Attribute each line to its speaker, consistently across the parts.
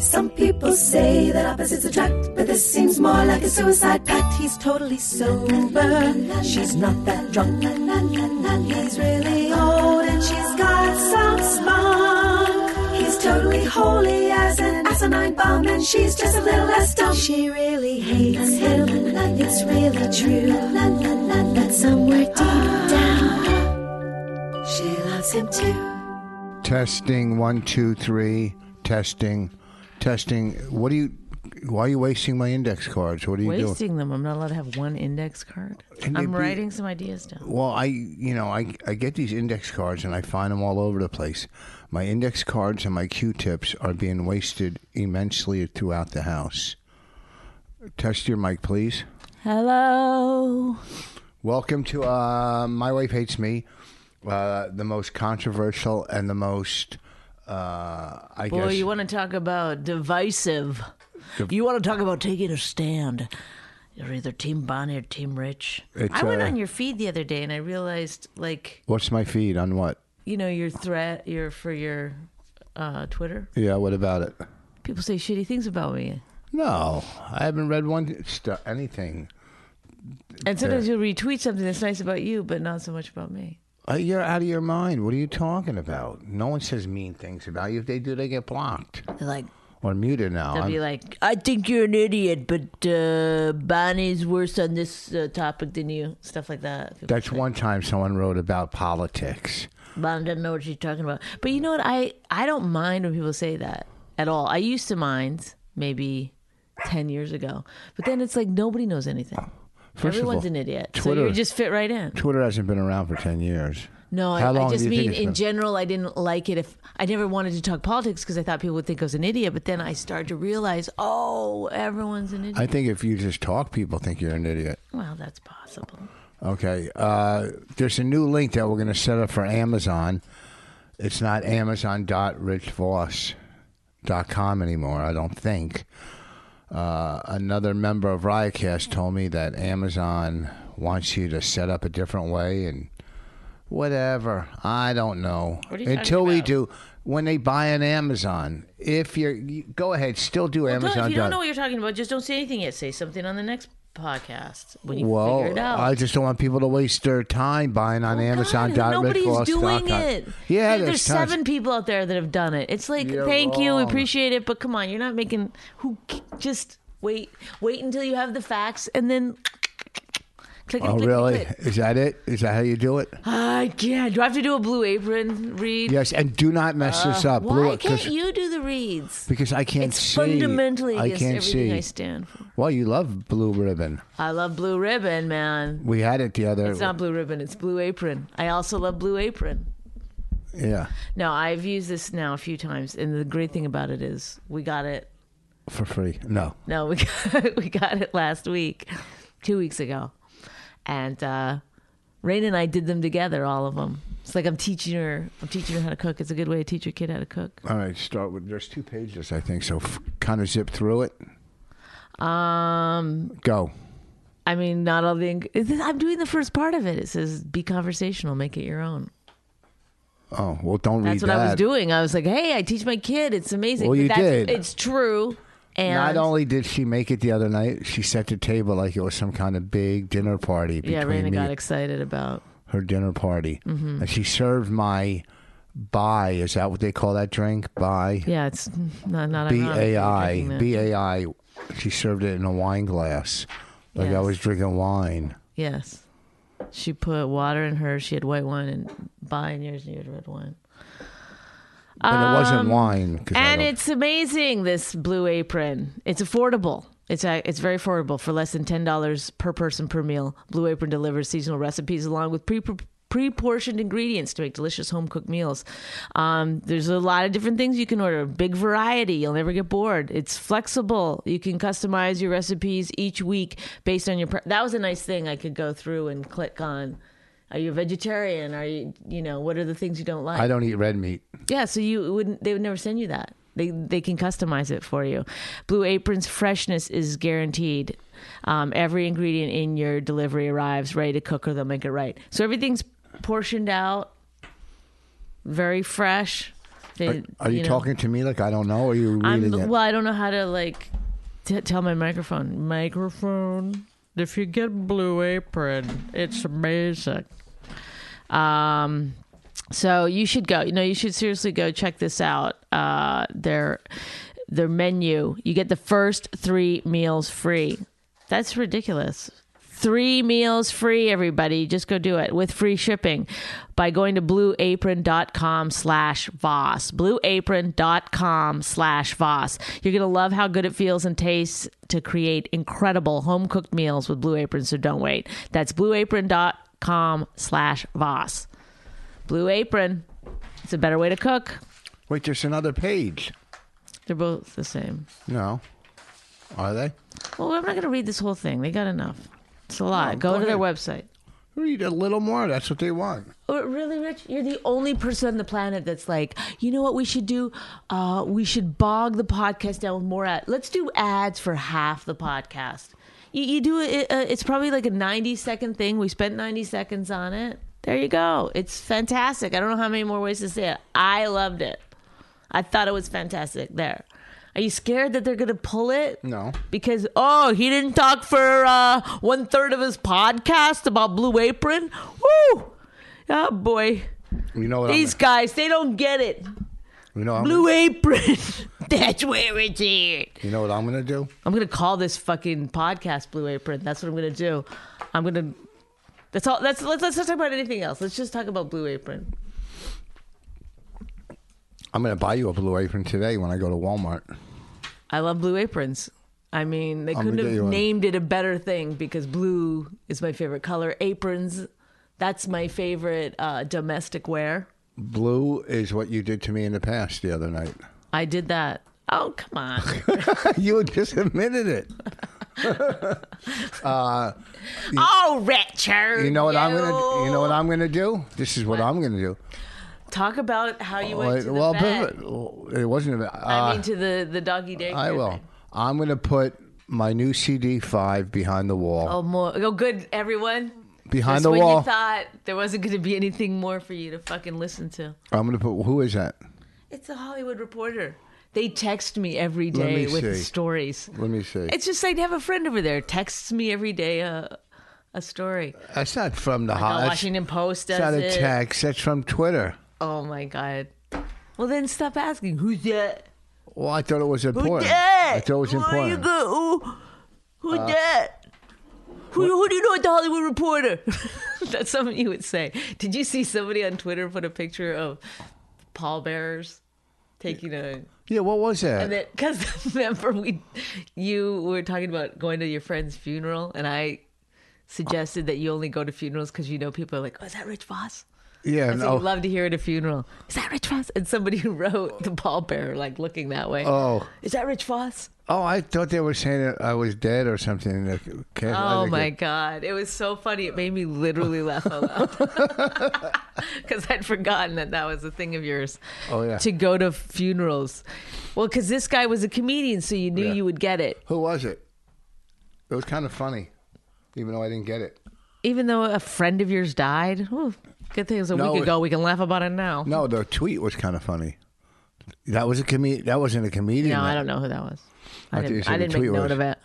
Speaker 1: Some people say that opposites attract, but this seems more like a suicide pact. He's totally sober, she's not that drunk. He's really old and she's got some spunk. He's totally holy as an asinine bomb, and she's just a little less dumb. She really hates him, it's really true. But somewhere deep down, she loves him too.
Speaker 2: Testing one, two, three. Testing, testing. What do you? Why are you wasting my index cards? What are you doing?
Speaker 3: wasting them. I'm not allowed to have one index card.
Speaker 2: Can they
Speaker 3: I'm
Speaker 2: be-
Speaker 3: writing some ideas down.
Speaker 2: Well, I, you know, I, I get these index cards and I find them all over the place. My index cards and my Q-tips are being wasted immensely throughout the house. Test your mic, please.
Speaker 3: Hello.
Speaker 2: Welcome to uh, My Wife Hates Me, uh, the most controversial and the most, uh, I
Speaker 3: Boy,
Speaker 2: guess,
Speaker 3: you want to talk about divisive. you want to talk about taking a stand. You're either Team Bonnie or Team Rich.
Speaker 2: It's,
Speaker 3: I went
Speaker 2: uh,
Speaker 3: on your feed the other day and I realized, like,
Speaker 2: what's my feed on what?
Speaker 3: you know, your threat, your for your uh, Twitter.
Speaker 2: Yeah, what about it?
Speaker 3: People say shitty things about me,
Speaker 2: No, I haven't read one st- anything.
Speaker 3: and sometimes you'll retweet something that's nice about you, but not so much about me.
Speaker 2: Uh, You're out of your mind. What are you talking about? No one says mean things about you. If they do, they get blocked
Speaker 3: They're like,
Speaker 2: or muted now.
Speaker 3: They'll
Speaker 2: I'm-
Speaker 3: be like, I think you're an idiot, but uh, Bonnie's worse on this uh, topic than you. Stuff like that. People
Speaker 2: That's
Speaker 3: say,
Speaker 2: one time someone wrote about politics.
Speaker 3: Bonnie doesn't know what she's talking about. But you know what? I, I don't mind when people say that at all. I used to mind maybe 10 years ago. But then it's like nobody knows anything.
Speaker 2: First of
Speaker 3: Everyone's
Speaker 2: all,
Speaker 3: an idiot. So
Speaker 2: Twitter-
Speaker 3: you just fit right in.
Speaker 2: Twitter hasn't been around for 10 years.
Speaker 3: No,
Speaker 2: How
Speaker 3: I,
Speaker 2: long
Speaker 3: I just
Speaker 2: do you think
Speaker 3: mean
Speaker 2: it's
Speaker 3: in
Speaker 2: been?
Speaker 3: general, I didn't like it. If I never wanted to talk politics because I thought people would think I was an idiot, but then I started to realize, oh, everyone's an idiot.
Speaker 2: I think if you just talk, people think you're an idiot.
Speaker 3: well, that's possible.
Speaker 2: Okay. Uh, there's a new link that we're going to set up for Amazon. It's not amazon.richvoss.com anymore, I don't think. Uh, another member of Riotcast told me that Amazon wants you to set up a different way and whatever. I don't know.
Speaker 3: What are you talking
Speaker 2: Until we
Speaker 3: about?
Speaker 2: do, when they buy an Amazon, if you're, you, go ahead, still do
Speaker 3: Well,
Speaker 2: Amazon.
Speaker 3: Don't, if you
Speaker 2: dot-
Speaker 3: don't know what you're talking about, just don't say anything yet. Say something on the next podcast when you
Speaker 2: well,
Speaker 3: figure it out.
Speaker 2: I just don't want people to waste their time buying on
Speaker 3: Oh,
Speaker 2: Amazon.
Speaker 3: God, nobody's doing it.
Speaker 2: Yeah,
Speaker 3: There- there's
Speaker 2: tons.
Speaker 3: seven people out there that have done it. It's like,
Speaker 2: You're
Speaker 3: thank you, we
Speaker 2: wrong.
Speaker 3: appreciate it, but come on, you're not making who just wait, wait until you have the facts and then click it. Uh,
Speaker 2: Oh,
Speaker 3: click, click,
Speaker 2: really?
Speaker 3: click.
Speaker 2: Is that it? Is that how you do it?
Speaker 3: I can't. Do I have to do a blue apron read?
Speaker 2: Yes, and do not mess this up.
Speaker 3: uh, Why
Speaker 2: Blue-
Speaker 3: can't
Speaker 2: 'cause-
Speaker 3: you do the reads?
Speaker 2: Because I can't
Speaker 3: It's
Speaker 2: see.
Speaker 3: fundamentally
Speaker 2: I
Speaker 3: against
Speaker 2: can't
Speaker 3: everything
Speaker 2: see.
Speaker 3: I stand for.
Speaker 2: Well, you love blue ribbon.
Speaker 3: I love blue ribbon, man.
Speaker 2: We had it the other.
Speaker 3: It's not Blue Ribbon, it's Blue Apron. I also love Blue Apron.
Speaker 2: yeah,
Speaker 3: No, I've used this now a few times, and the great thing about it is we got it.
Speaker 2: for free. No,
Speaker 3: No, we got, we got it last week, two weeks ago, and uh, Rain and I did them together, all of them. It's like I'm teaching her. I'm teaching her how to cook. It's a good way to teach your kid how to cook.
Speaker 2: all right. Start with. There's two pages, I think. So f- kind of zip through it.
Speaker 3: Um,
Speaker 2: Go.
Speaker 3: I mean, not all the. ing- I'm doing the first part of it. It says, "Be conversational, make it your own."
Speaker 2: Oh well, don't read
Speaker 3: That's what
Speaker 2: that.
Speaker 3: I was doing. I was like, "Hey, I teach my kid. It's amazing."
Speaker 2: Well,
Speaker 3: But
Speaker 2: you
Speaker 3: that's,
Speaker 2: did.
Speaker 3: It's true. And
Speaker 2: Not only did she make it the other night, she set the table like it was some kind of big dinner party between
Speaker 3: Yeah, Raina
Speaker 2: me,
Speaker 3: got Mm-hmm. excited about.
Speaker 2: her dinner party, and she served my bai. Is that what they call that drink? Bai,
Speaker 3: Yeah, it's not not
Speaker 2: B
Speaker 3: ironic that
Speaker 2: A
Speaker 3: you're
Speaker 2: I,
Speaker 3: drinking that.
Speaker 2: B A I. She served it in a wine glass, like I
Speaker 3: Yes.
Speaker 2: was drinking wine.
Speaker 3: Yes, she put water in hers. She had white wine and bi in yours, and you had red wine.
Speaker 2: But it wasn't wine. 'cause I
Speaker 3: Um, And
Speaker 2: don't-
Speaker 3: it's amazing. This Blue Apron. It's affordable. It's a, it's very affordable for less than ten dollars per person per meal. Blue Apron delivers seasonal recipes along with pre pre-portioned ingredients to make delicious home-cooked meals. Um, there's a lot of different things you can order. Big variety. You'll never get bored. It's flexible. You can customize your recipes each week based on your. Pre- that was a nice thing I could go through and click on. Are you a vegetarian? Are you you know what are the things you don't like?
Speaker 2: I don't eat red meat.
Speaker 3: Yeah, so you wouldn't they would never send you that. They they can customize it for you. Blue Apron's freshness is guaranteed. Um, every ingredient in your delivery arrives ready to cook or they'll make it right. So everything's portioned out, very fresh. They,
Speaker 2: Are, are you,
Speaker 3: know,
Speaker 2: talking to me like I don't know? Or are you
Speaker 3: I'm
Speaker 2: reading it?
Speaker 3: well, I don't know how to like t- tell my microphone. Microphone. If you get Blue Apron, it's amazing. Um, so you should go. You know, you should seriously go check this out. Uh, their their menu. You get the first three meals free. That's ridiculous. Three meals free, everybody. Just go do it with free shipping by going to blueapron.com slash Voss. Blueapron.com slash Voss. You're going to love how good it feels and tastes to create incredible home cooked meals with Blue Apron, so don't wait. That's blueapron.com slash Voss. Blue Apron. It's a better way to cook.
Speaker 2: Wait, there's another page.
Speaker 3: They're both the same.
Speaker 2: No. Are they?
Speaker 3: Well, I'm not going to read this whole thing. They got enough. It's a lot.
Speaker 2: No,
Speaker 3: go,
Speaker 2: go
Speaker 3: to their
Speaker 2: ahead.
Speaker 3: website.
Speaker 2: Read a little more. That's what they want.
Speaker 3: Oh, really, Rich? You're the only person on the planet that's like, you know what we should do? Uh, we should bog the podcast down with more ads. Let's do ads for half the podcast. You, you do it. Uh, it's probably like a 90 second thing. We spent 90 seconds on it. There you go. It's fantastic. I don't know how many more ways to say it. I loved it. I thought it was fantastic. There. Are you scared that they're going to pull it?
Speaker 2: No.
Speaker 3: Because, oh, he didn't talk for uh, one third of his podcast about Blue Apron? Woo! Oh, boy.
Speaker 2: You know what?
Speaker 3: These guys, they don't get it.
Speaker 2: I'm, you know. what I'm-
Speaker 3: Blue Apron. That's where it's at.
Speaker 2: you know what I'm gonna do?
Speaker 3: I'm going to call this fucking podcast Blue Apron. That's what I'm going to do. I'm going to. That's all. That's let's let's not talk about anything else. Let's just talk about Blue Apron.
Speaker 2: I'm gonna buy you a blue apron today when I go to Walmart.
Speaker 3: I love blue aprons. I mean, they
Speaker 2: gonna
Speaker 3: couldn't
Speaker 2: get
Speaker 3: have
Speaker 2: you one.
Speaker 3: named it a better thing because blue is my favorite color. Aprons, that's my favorite uh, domestic wear.
Speaker 2: Blue is what you did to me in the past the other night.
Speaker 3: I did that. Oh, come on.
Speaker 2: you just admitted it.
Speaker 3: oh, Richard.
Speaker 2: You know what I'm
Speaker 3: you.
Speaker 2: gonna. You know what I'm gonna do. This is what, I'm gonna do.
Speaker 3: Talk about how you went
Speaker 2: Like,
Speaker 3: to the
Speaker 2: well,
Speaker 3: vet.
Speaker 2: but- it wasn't. A, uh,
Speaker 3: I mean, to the, the doggy daycare.
Speaker 2: I will.
Speaker 3: thing.
Speaker 2: I'm gonna put my new CD five behind the wall.
Speaker 3: Oh, more. Oh, good, everyone.
Speaker 2: behind
Speaker 3: Just
Speaker 2: the
Speaker 3: when
Speaker 2: wall.
Speaker 3: you thought there wasn't going to be anything more for you to fucking listen to.
Speaker 2: I'm gonna put. Who is that?
Speaker 3: It's a Hollywood reporter. They text me every
Speaker 2: Let
Speaker 3: day
Speaker 2: me
Speaker 3: with
Speaker 2: see.
Speaker 3: stories.
Speaker 2: Let me see.
Speaker 3: It's just like to have a friend over there texts me every day a a story.
Speaker 2: Uh, that's not from the
Speaker 3: The
Speaker 2: hot.
Speaker 3: Washington Post
Speaker 2: That's not
Speaker 3: does
Speaker 2: a
Speaker 3: it.
Speaker 2: text. That's from Twitter.
Speaker 3: Oh my god. Well then stop asking who's that?
Speaker 2: Well, I thought it was
Speaker 3: Who
Speaker 2: important.
Speaker 3: that?
Speaker 2: I thought it was
Speaker 3: who Are you
Speaker 2: important. Uh,
Speaker 3: go- who who that? Who, who do you know at the Hollywood Reporter? That's something you would say. Did you see somebody on Twitter put a picture of pallbearers taking a
Speaker 2: Yeah, what was that?
Speaker 3: And then, because remember we, you were talking about going to your friend's funeral, and I suggested that you only go to funerals because you know people are like, "Oh, is that Rich Voss?"
Speaker 2: yeah, oh,
Speaker 3: I
Speaker 2: no.
Speaker 3: would love to hear at a funeral. Is that Rich Voss? And somebody who wrote the pallbearer, like looking that way.
Speaker 2: oh,
Speaker 3: Is that Rich Voss?
Speaker 2: oh, I thought they were saying that I was dead or something. Okay, I
Speaker 3: Oh
Speaker 2: think
Speaker 3: my
Speaker 2: it-
Speaker 3: god, it was so funny. It made me literally laugh out loud because I'd forgotten that that was a thing of yours.
Speaker 2: Oh, yeah.
Speaker 3: to go to funerals. Well, because this guy was a comedian, so you knew
Speaker 2: Yeah.
Speaker 3: you would get it.
Speaker 2: Who was it? It was kind of funny, even though I didn't get it.
Speaker 3: even though a friend of yours died. Ooh, good thing it was a
Speaker 2: No,
Speaker 3: week
Speaker 2: it-
Speaker 3: ago. We can laugh about it now. No,
Speaker 2: No, the tweet was kind of funny. That was a comed. That wasn't a comedian.
Speaker 3: I
Speaker 2: that-
Speaker 3: don't know who that was.
Speaker 2: I
Speaker 3: I
Speaker 2: thought you
Speaker 3: didn't,
Speaker 2: said
Speaker 3: I
Speaker 2: the
Speaker 3: didn't make
Speaker 2: tweet
Speaker 3: note
Speaker 2: was-
Speaker 3: of it.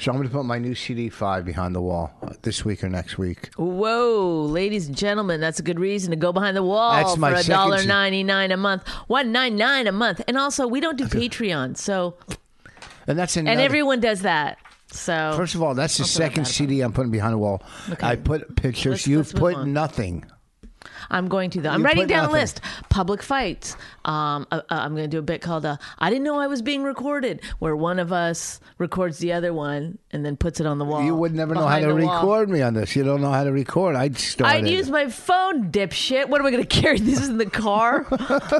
Speaker 2: So I'm going to put my new CD five behind the wall uh, this week or next week.
Speaker 3: Whoa, ladies and gentlemen, that's a good reason to go behind the wall
Speaker 2: That's my
Speaker 3: for a
Speaker 2: second
Speaker 3: dollar
Speaker 2: se-
Speaker 3: ninety nine a month, one nine nine a month, and also we don't do Patreon, so
Speaker 2: And that's another,
Speaker 3: and everyone does that. So
Speaker 2: First of all, that's the
Speaker 3: feel bad
Speaker 2: second
Speaker 3: about
Speaker 2: CD I'm putting behind the wall. I put pictures.
Speaker 3: Let's-
Speaker 2: you
Speaker 3: let's move
Speaker 2: put
Speaker 3: on.
Speaker 2: nothing.
Speaker 3: I'm going to though. I'm
Speaker 2: You
Speaker 3: writing
Speaker 2: put
Speaker 3: down a
Speaker 2: nothing.
Speaker 3: list. Public fights. Um, uh, uh, I'm going to do a bit called uh, "I didn't know I was being recorded," where one of us records the other one and then puts it on the wall.
Speaker 2: You would never know how
Speaker 3: behind
Speaker 2: to
Speaker 3: the wall.
Speaker 2: record me on this. You don't know how to record. I'd start.
Speaker 3: I'd use my phone, dipshit. What am I going to carry this in the car?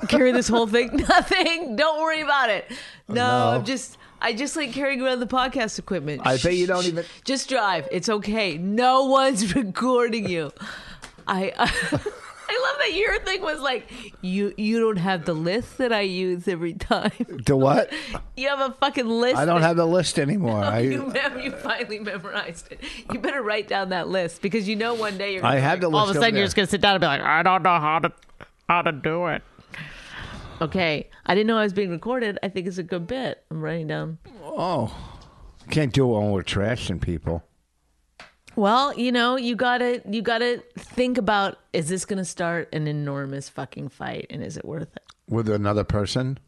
Speaker 3: carry this whole thing? Nothing. Don't worry about it. No,
Speaker 2: Uh, No.
Speaker 3: I'm just. I just like carrying around the podcast equipment.
Speaker 2: I bet you don't even-
Speaker 3: Just drive. It's okay. No one's recording you. I. I I love that your thing was like you. You don't have the list that I use every time.
Speaker 2: to what?
Speaker 3: You have a fucking list.
Speaker 2: I don't
Speaker 3: that
Speaker 2: have the list anymore.
Speaker 3: you,
Speaker 2: I
Speaker 3: mem- you finally memorized it. You better write down that list because you know one day you're.
Speaker 2: I
Speaker 3: gonna
Speaker 2: have the list.
Speaker 3: all of a
Speaker 2: over
Speaker 3: sudden
Speaker 2: there.
Speaker 3: you're just gonna sit down and be like, I don't know how to how to do it. Okay, I didn't know I was being recorded. I think it's a good bit. I'm writing down.
Speaker 2: oh, can't do it when we're trashing people.
Speaker 3: Well, you know, you gotta you gotta think about is this gonna start an enormous fucking fight and is it worth it?
Speaker 2: with another person.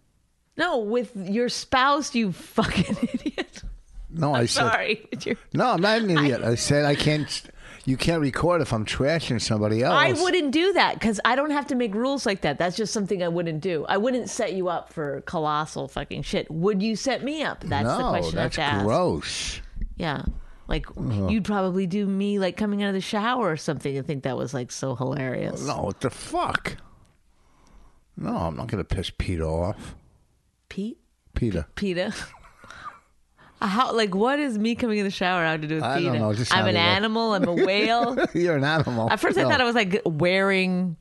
Speaker 3: No, with your spouse, you fucking idiot.
Speaker 2: No, I said
Speaker 3: Sorry. with your-
Speaker 2: no. I'm not an idiot. I, said I can't. You can't record if I'm trashing somebody else.
Speaker 3: I wouldn't do that because I don't have to make rules like that. That's just something I wouldn't do. I wouldn't set you up for colossal fucking shit. Would you set me up? That's
Speaker 2: no,
Speaker 3: the question
Speaker 2: that's
Speaker 3: I have to
Speaker 2: gross.
Speaker 3: ask. Yeah. Like
Speaker 2: Uh-huh.
Speaker 3: you'd probably do me like coming out of the shower or something and think that was like so hilarious.
Speaker 2: No, what the fuck? No, I'm not gonna piss Peter off.
Speaker 3: Pete?
Speaker 2: Peter.
Speaker 3: PETA? How like what is me coming in the shower have to do with
Speaker 2: I
Speaker 3: PETA?
Speaker 2: don't know. It just
Speaker 3: I'm an
Speaker 2: sounded like-
Speaker 3: animal, I'm a whale.
Speaker 2: You're an animal.
Speaker 3: At first, I
Speaker 2: No.
Speaker 3: thought I was like wearing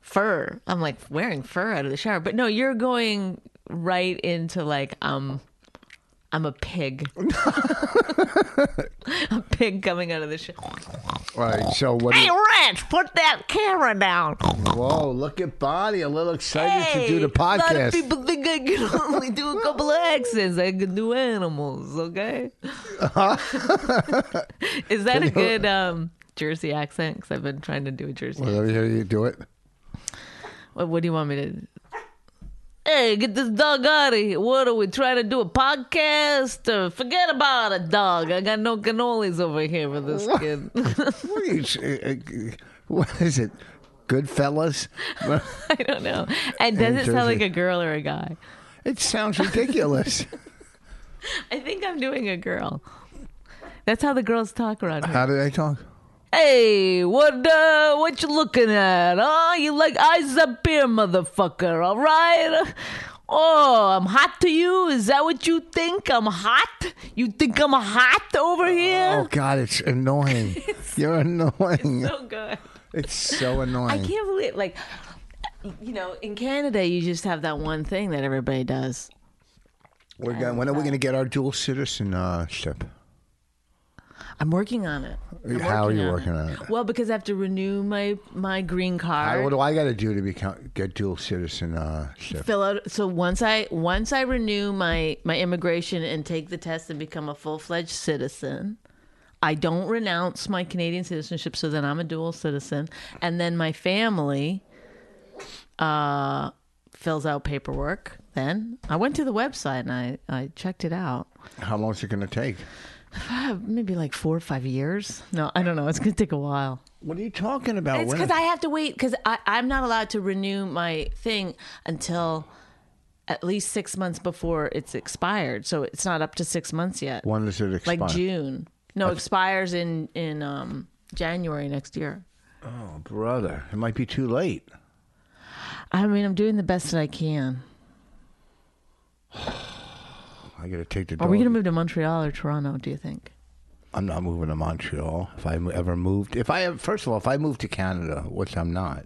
Speaker 3: fur. I'm like wearing fur out of the shower, but no, you're going right into like um, I'm a pig, a pig coming out of the shower.
Speaker 2: All right, so what? do
Speaker 3: Hey,
Speaker 2: you-
Speaker 3: Rich, put that camera down.
Speaker 2: whoa, look at Bonnie, a little excited
Speaker 3: hey,
Speaker 2: to do the
Speaker 3: A lot of
Speaker 2: podcast.
Speaker 3: people think I can only do a couple of accents. I can do animals. Okay,
Speaker 2: Uh-huh.
Speaker 3: is that a good um Jersey accent? Because I've been trying to do a Jersey.
Speaker 2: Well, let me hear you do it.
Speaker 3: What, what do you want me to? Hey, get this dog out of here! What are we trying to do? A podcast? Uh, forget about it, dog. I got no cannolis over here for this kid.
Speaker 2: What, are you, uh, what is it? Goodfellas?
Speaker 3: I don't know. And does
Speaker 2: In
Speaker 3: it sound
Speaker 2: Jersey.
Speaker 3: like a girl or a guy?
Speaker 2: It sounds ridiculous.
Speaker 3: I think I'm doing a girl. That's how the girls talk around here.
Speaker 2: How did I talk?
Speaker 3: Hey, what uh, what you looking at? Oh, you like eyes up here, motherfucker? All right. Oh, I'm hot to you. Is that what you think? I'm hot. You think I'm hot over
Speaker 2: Oh
Speaker 3: here?
Speaker 2: God, it's annoying. You're annoying.
Speaker 3: So good.
Speaker 2: It's so
Speaker 3: Oh, I
Speaker 2: annoying.
Speaker 3: can't believe like you know in Canada you just have that one thing that everybody does.
Speaker 2: We're going, when are we going to get our dual uh, citizenship?
Speaker 3: I'm working on it. I'm
Speaker 2: How are you
Speaker 3: on
Speaker 2: working on it?
Speaker 3: Well, because I have to renew my my green
Speaker 2: I,
Speaker 3: card.
Speaker 2: what do I got to do to become get dual uh, citizenship?
Speaker 3: fill out so once i once i renew my my immigration and take the test and become a full-fledged citizen i don't renounce my canadian citizenship so then i'm a dual citizen and then my family uh fills out paperwork then i went to the website and i i checked it out
Speaker 2: How long is it going to take?
Speaker 3: Uh, maybe like four or five years no i don't know it's gonna take a while
Speaker 2: What are you talking about?
Speaker 3: it's
Speaker 2: When-
Speaker 3: because I have to wait because I'm not allowed to renew my thing until at least six months before it's expired. So it's not up to six months yet.
Speaker 2: when does it expire?
Speaker 3: Like June. No, expires in in um, January next year.
Speaker 2: Oh, brother, it might be too late.
Speaker 3: I mean, I'm doing the best that I can.
Speaker 2: I got to take the.
Speaker 3: Are we
Speaker 2: dog.
Speaker 3: gonna move to Montreal or Toronto? Do you think?
Speaker 2: I'm not moving to Montreal. If I ever moved, if I first of all, if I moved to Canada, which I'm not,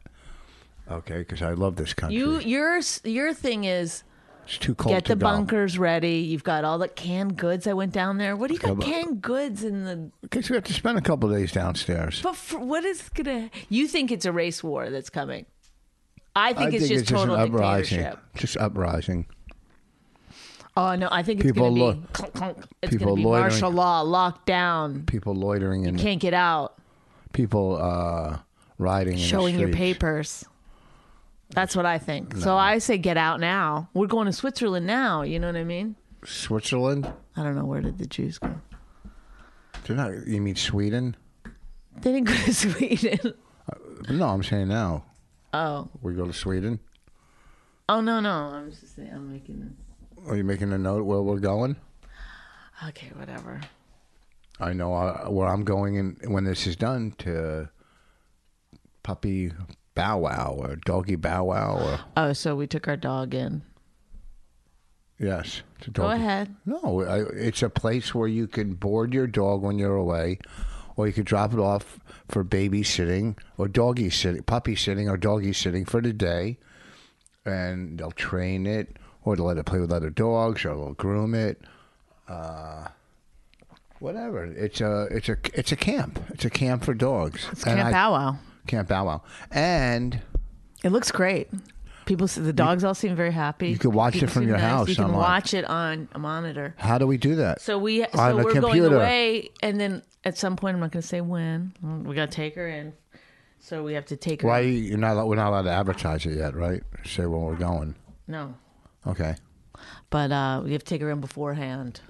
Speaker 2: okay, because I love this country.
Speaker 3: You your s- your thing is
Speaker 2: it's too cold.
Speaker 3: get
Speaker 2: to
Speaker 3: the
Speaker 2: go.
Speaker 3: bunkers ready. You've got all the canned goods. I went down there. What do you got
Speaker 2: but-
Speaker 3: canned goods in the
Speaker 2: Okay, so we have to spend a couple days downstairs.
Speaker 3: But for, what is gonna? You think it's a race war that's coming? I think it's just
Speaker 2: an
Speaker 3: total
Speaker 2: uprising.
Speaker 3: dictatorship.
Speaker 2: Just uprising.
Speaker 3: Oh no, I think it's
Speaker 2: People
Speaker 3: gonna be
Speaker 2: lo-
Speaker 3: clunk, clunk. It's
Speaker 2: people
Speaker 3: gonna be
Speaker 2: loitering.
Speaker 3: martial law, lockdown,
Speaker 2: People loitering and
Speaker 3: can't get out,
Speaker 2: people uh, riding. in the
Speaker 3: showing your
Speaker 2: streets.
Speaker 3: papers. That's what I think. So I say get out now. We're going to Switzerland now. You know what I mean?
Speaker 2: Switzerland?
Speaker 3: I don't know where did the Jews go.
Speaker 2: They're not. You mean Sweden?
Speaker 3: They didn't go to Sweden.
Speaker 2: No, I'm saying now.
Speaker 3: Oh,
Speaker 2: We go to Sweden.
Speaker 3: oh no, no. I'm just saying. I'm making.
Speaker 2: Are you making a note where we're going?
Speaker 3: A, okay, whatever.
Speaker 2: I know uh, where I'm going and when this is done to puppy bow wow or doggy bow wow or
Speaker 3: Oh, so we took our dog in.
Speaker 2: yes. To
Speaker 3: Go
Speaker 2: doggy-
Speaker 3: ahead.
Speaker 2: No, I, it's a place where you can board your dog when you're away, or you could drop it off for babysitting or doggy sitting, puppy sitting or doggy sitting for the day, and they'll train it or they'll let it play with other dogs or they'll groom it. Uh, whatever. It's a it's a it's a camp. It's a camp for dogs.
Speaker 3: It's Camp Bow Wow.
Speaker 2: Camp Bow Wow. And
Speaker 3: It looks great. People, s- the dogs all seem very happy.
Speaker 2: you could watch it
Speaker 3: People
Speaker 2: from
Speaker 3: seem
Speaker 2: your
Speaker 3: nice.
Speaker 2: house,
Speaker 3: You can
Speaker 2: I'm on-
Speaker 3: watch it on a monitor.
Speaker 2: how do we do that?
Speaker 3: So we, so
Speaker 2: On a
Speaker 3: we're going
Speaker 2: computer.
Speaker 3: away, and then at some point, I'm not going to say when. We got to take her in. So we have to take her.
Speaker 2: Why you're not? We're not allowed to advertise it yet, right? Say where we're going.
Speaker 3: No,
Speaker 2: Okay.
Speaker 3: but uh, we have to take her in beforehand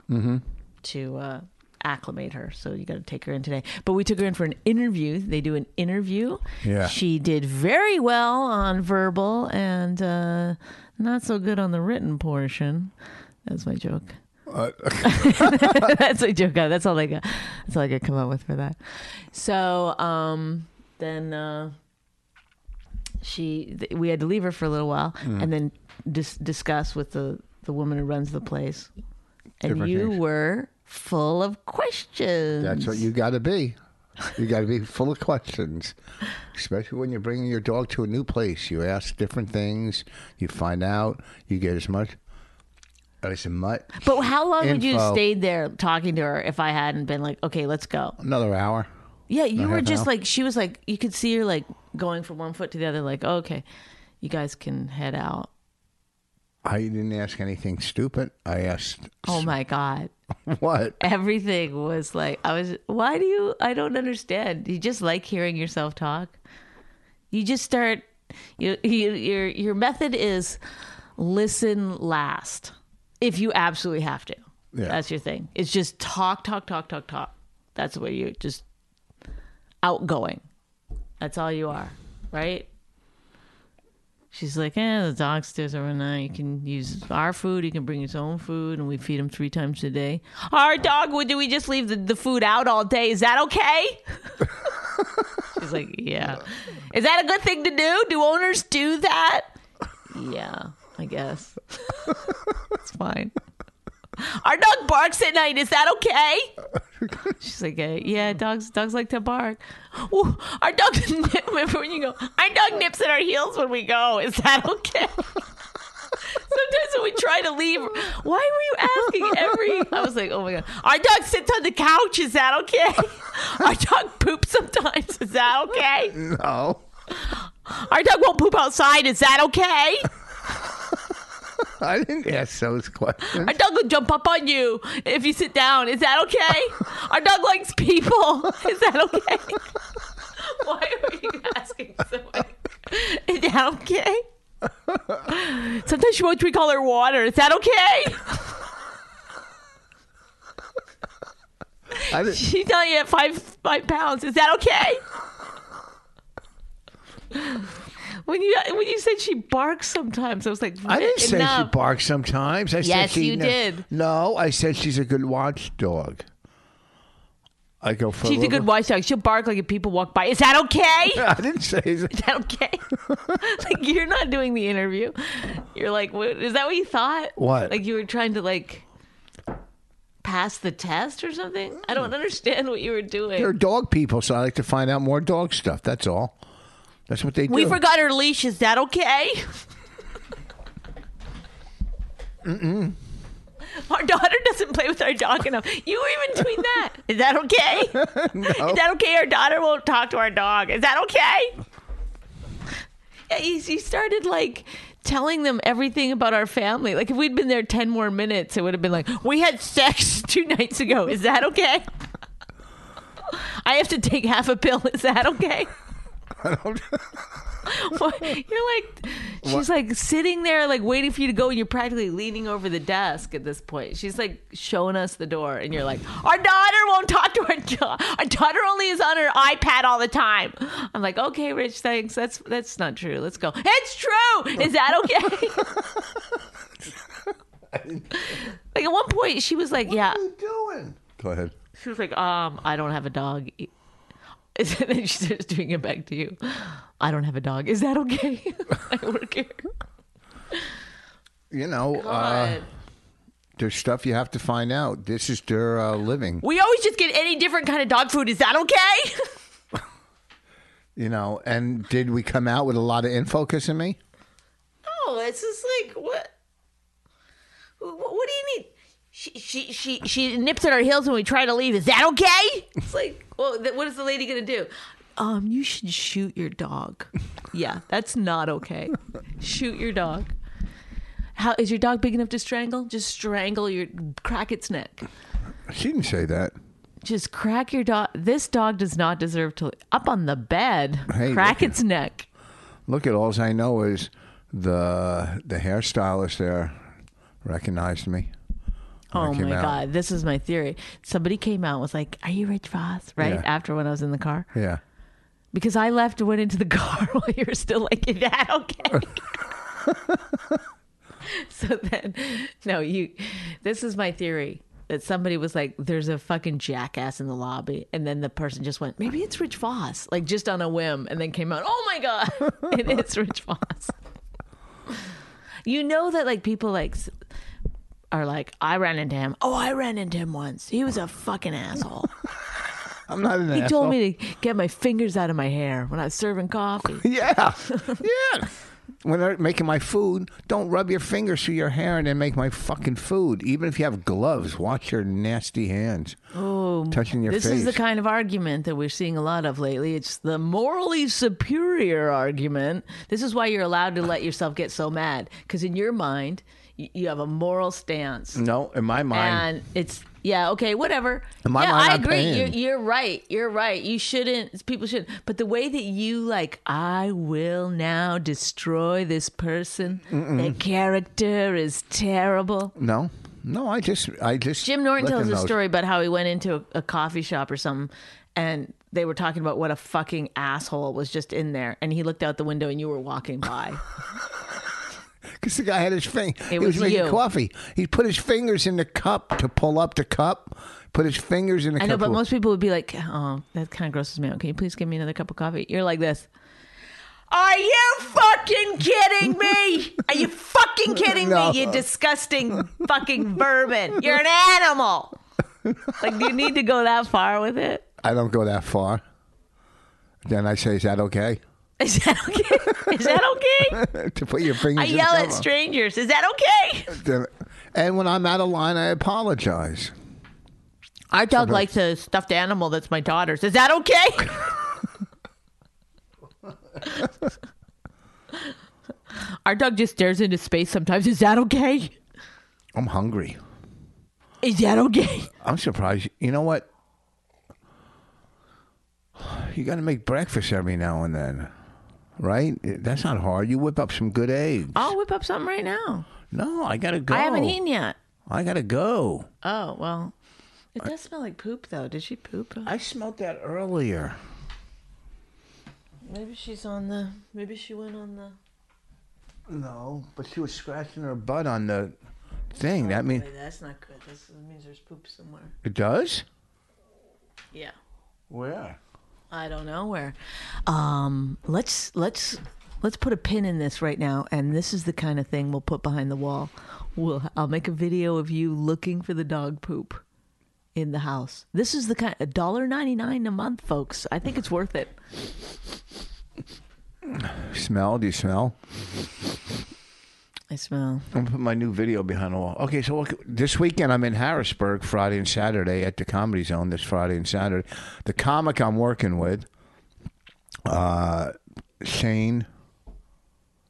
Speaker 3: to uh, acclimate her. So you got to take her in today. But we took her in for an interview. They do an interview.
Speaker 2: Yeah.
Speaker 3: She did very well on verbal and uh, not so good on the written portion. That's my joke. That's a joke. That's all I got. That's all I could come up with for that. So um, then uh, she, th- we had to leave her for a little while,
Speaker 2: Mm.
Speaker 3: and then dis- discuss with the the woman who runs the place. And
Speaker 2: Different
Speaker 3: you
Speaker 2: things.
Speaker 3: were full of questions.
Speaker 2: That's what you got to be. You got to be full of questions, especially when you're bringing your dog to a new place. You ask different things. You find out. You get as much as much.
Speaker 3: But how long would you have
Speaker 2: Info.
Speaker 3: stayed there talking to her if I hadn't been like, okay, let's go?
Speaker 2: Another hour.
Speaker 3: Yeah, you
Speaker 2: I
Speaker 3: were
Speaker 2: have
Speaker 3: just
Speaker 2: now.
Speaker 3: like she was like you could see her like going from one foot to the other, like oh, okay, you guys can head out.
Speaker 2: I didn't ask anything stupid. I asked
Speaker 3: Oh my god,
Speaker 2: what?
Speaker 3: everything was like I was. Why do you? I don't understand. You just like hearing yourself talk. You just start. You, you your your method is listen last if you absolutely have to.
Speaker 2: Yeah.
Speaker 3: That's your thing. It's just talk, talk, talk, talk, talk. That's the way you just outgoing. That's all you are, right? She's like, eh, the dog stays overnight. You can use our food. You can bring his own food, and we feed him three times a day. Our dog, would do we just leave the, the food out all day? Is that okay? She's like, yeah. Is that a good thing to do? Do owners do that? Yeah, I guess. it's fine. Our dog barks at night. Is that okay? She's like, eh, yeah, dogs dogs like to bark. Ooh, our dog remember when you go, our dog nips at our heels when we go. Is that okay? Sometimes when we try to leave, why were you asking every? I was like, oh my god, our dog sits on the couch. Is that okay? Our dog poops sometimes. Is that okay?
Speaker 2: No,
Speaker 3: Our dog won't poop outside. Is that okay?
Speaker 2: I didn't ask those questions.
Speaker 3: Our dog will jump up on you if you sit down. Is that okay? Our dog likes people. Is that okay? Why are you asking so much? Is that okay? Sometimes she won't drink all her water. Is that okay?
Speaker 2: I didn't,
Speaker 3: She's not yet five five pounds. Is that okay? When you when you said she barks sometimes, I was like,
Speaker 2: I didn't say she
Speaker 3: "Enough."
Speaker 2: barks sometimes. I
Speaker 3: Yes,
Speaker 2: said she
Speaker 3: you did.
Speaker 2: No, I said she's a good watchdog. I go for.
Speaker 3: She's a
Speaker 2: little-
Speaker 3: good watchdog. She'll bark like if people walk by. Is that okay?
Speaker 2: I didn't say.
Speaker 3: Is that okay? like you're not doing the interview. You're like, what, is that what you thought?
Speaker 2: What?
Speaker 3: Like you were trying to like pass the test or something? I don't understand what you were doing.
Speaker 2: They're dog people, so I like to find out more dog stuff. That's all. That's what they do.
Speaker 3: we forgot her leash. Is that okay? Our daughter doesn't play with our dog enough. You were even doing that. Is that okay? Is that okay? Our daughter won't talk to our dog. Is that okay? Yeah, he, he started like telling them everything about our family. Like if we'd been there ten more minutes, it would have been like we had sex two nights ago. Is that okay? I have to take half a pill. Is that okay? What? You're like She's like sitting there, like waiting for you to go, and you're practically leaning over the desk at this point. She's like showing us the door, and you're like, "Our daughter won't talk to her. jo- Our daughter only is on her iPad all the time." I'm like, "Okay, Rich, thanks. That's that's not true. Let's go. It's true. Is that okay?" like at one point, she was like, "Yeah."
Speaker 2: you doing? Go ahead.
Speaker 3: She was like, "Um, I don't have a dog." And then she starts doing it back to you. I don't have a dog. Is that okay? I work here.
Speaker 2: You know, uh, there's stuff you have to find out. This is their uh, living.
Speaker 3: We always just get any different kind of dog food. Is that okay?
Speaker 2: You know, and did we come out with a lot of info kissing me?
Speaker 3: no, Oh, it's just like what? wh- What, what do you need? She, she she she nips at our heels when we try to leave. Is that okay? It's like, well, th- what is the lady gonna do? Um, you should shoot your dog. yeah, that's not okay. Shoot your dog. How is your dog big enough to strangle? Just strangle your crack its neck.
Speaker 2: She didn't say that.
Speaker 3: Just crack your dog. This dog does not deserve to up on the bed.
Speaker 2: Hey,
Speaker 3: crack
Speaker 2: look at-
Speaker 3: its neck.
Speaker 2: Look at all I know is the the hairstylist there recognized me. when I
Speaker 3: Oh
Speaker 2: came
Speaker 3: my
Speaker 2: out.
Speaker 3: god, this is my theory. Somebody came out and was like, "Are you Rich Voss?" Right
Speaker 2: Yeah.
Speaker 3: after when I was in the car,
Speaker 2: Yeah.
Speaker 3: because I left and went into the car while you were still like, "Is that okay?" so then, no, you. This is my theory that somebody was like, "There's a fucking jackass in the lobby," and then the person just went, "Maybe it's Rich Voss," like just on a whim, and then came out, "Oh my god, it is Rich Voss." you know that like people like s- are like, "I ran into him." Oh, I ran into him once. He was a fucking asshole.
Speaker 2: I'm not an
Speaker 3: He told me to get my fingers out of my hair when I was serving coffee.
Speaker 2: Yeah. Yeah. When they're making my food, don't rub your fingers through your hair and then make my fucking food. Even if you have gloves, watch your nasty hands. Oh, touching your
Speaker 3: This
Speaker 2: face.
Speaker 3: is the kind of argument that we're seeing a lot of lately. It's the morally superior argument. This is why you're allowed to let yourself get so mad because in your mind, y- you have a moral stance.
Speaker 2: no, in my mind,
Speaker 3: And it's yeah okay whatever.
Speaker 2: In my
Speaker 3: yeah,
Speaker 2: mind,
Speaker 3: I
Speaker 2: I'm
Speaker 3: agree.
Speaker 2: paying.
Speaker 3: You're, you're right. You're right. You shouldn't. People shouldn't. But the way that you like, I will now destroy this person. Their character is terrible.
Speaker 2: no, no. I just, I just.
Speaker 3: Jim Norton
Speaker 2: look
Speaker 3: tells
Speaker 2: in
Speaker 3: a
Speaker 2: those-
Speaker 3: story about how he went into a, a coffee shop or something and they were talking about what a fucking asshole was just in there and he looked out the window and you were walking by.
Speaker 2: Because the guy had his finger. he
Speaker 3: was
Speaker 2: was making
Speaker 3: you.
Speaker 2: coffee. He put his fingers in the cup to pull up the cup. Put his fingers in the
Speaker 3: I
Speaker 2: cup.
Speaker 3: know, but
Speaker 2: to-
Speaker 3: most people would be like, "Oh, that kind of grosses me out. Can you please give me another cup of coffee?" You're like this. Are you fucking kidding me? Are you fucking kidding
Speaker 2: No.
Speaker 3: me? You disgusting fucking vermin. You're an animal. Like, do you need to go that far with it?
Speaker 2: I don't go that far. Then I say, "Is that okay?"
Speaker 3: Is that okay? Is that okay?
Speaker 2: to put your fingers.
Speaker 3: I
Speaker 2: in
Speaker 3: yell
Speaker 2: the
Speaker 3: at
Speaker 2: cup.
Speaker 3: strangers. Is that okay?
Speaker 2: Then- And when I'm out of line, I apologize.
Speaker 3: Our dog likes a stuffed animal that's my daughter's. Is that okay? Our dog just stares into space sometimes. Is that okay?
Speaker 2: I'm hungry.
Speaker 3: Is that okay?
Speaker 2: I'm surprised. You know what? You got to make breakfast every now and then, right? Eh, That's not hard. You whip up some good eggs.
Speaker 3: I'll whip up something right now.
Speaker 2: No, I gotta go.
Speaker 3: I haven't eaten yet.
Speaker 2: I gotta go.
Speaker 3: Oh, well. It does smell like poop, though. Did she poop?
Speaker 2: I smelled that earlier.
Speaker 3: Maybe she's on the. Maybe she went on the.
Speaker 2: No, but she was scratching her butt on the thing. That means
Speaker 3: that's not good. This means there's poop somewhere.
Speaker 2: it does.
Speaker 3: Yeah.
Speaker 2: Where?
Speaker 3: I don't know where. Um, let's let's let's put a pin in this right now, and this is the kind of thing we'll put behind the wall. We'll I'll make a video of you looking for the dog poop in the house. This is the kind a dollar ninety nine a month, folks. I think it's worth it.
Speaker 2: Smell? Do you smell?
Speaker 3: I smell.
Speaker 2: I'm gonna put my new video behind the wall. Okay, so what, this weekend I'm in Harrisburg Friday and Saturday at the Comedy Zone. This Friday and Saturday, the comic I'm working with, uh, Shane.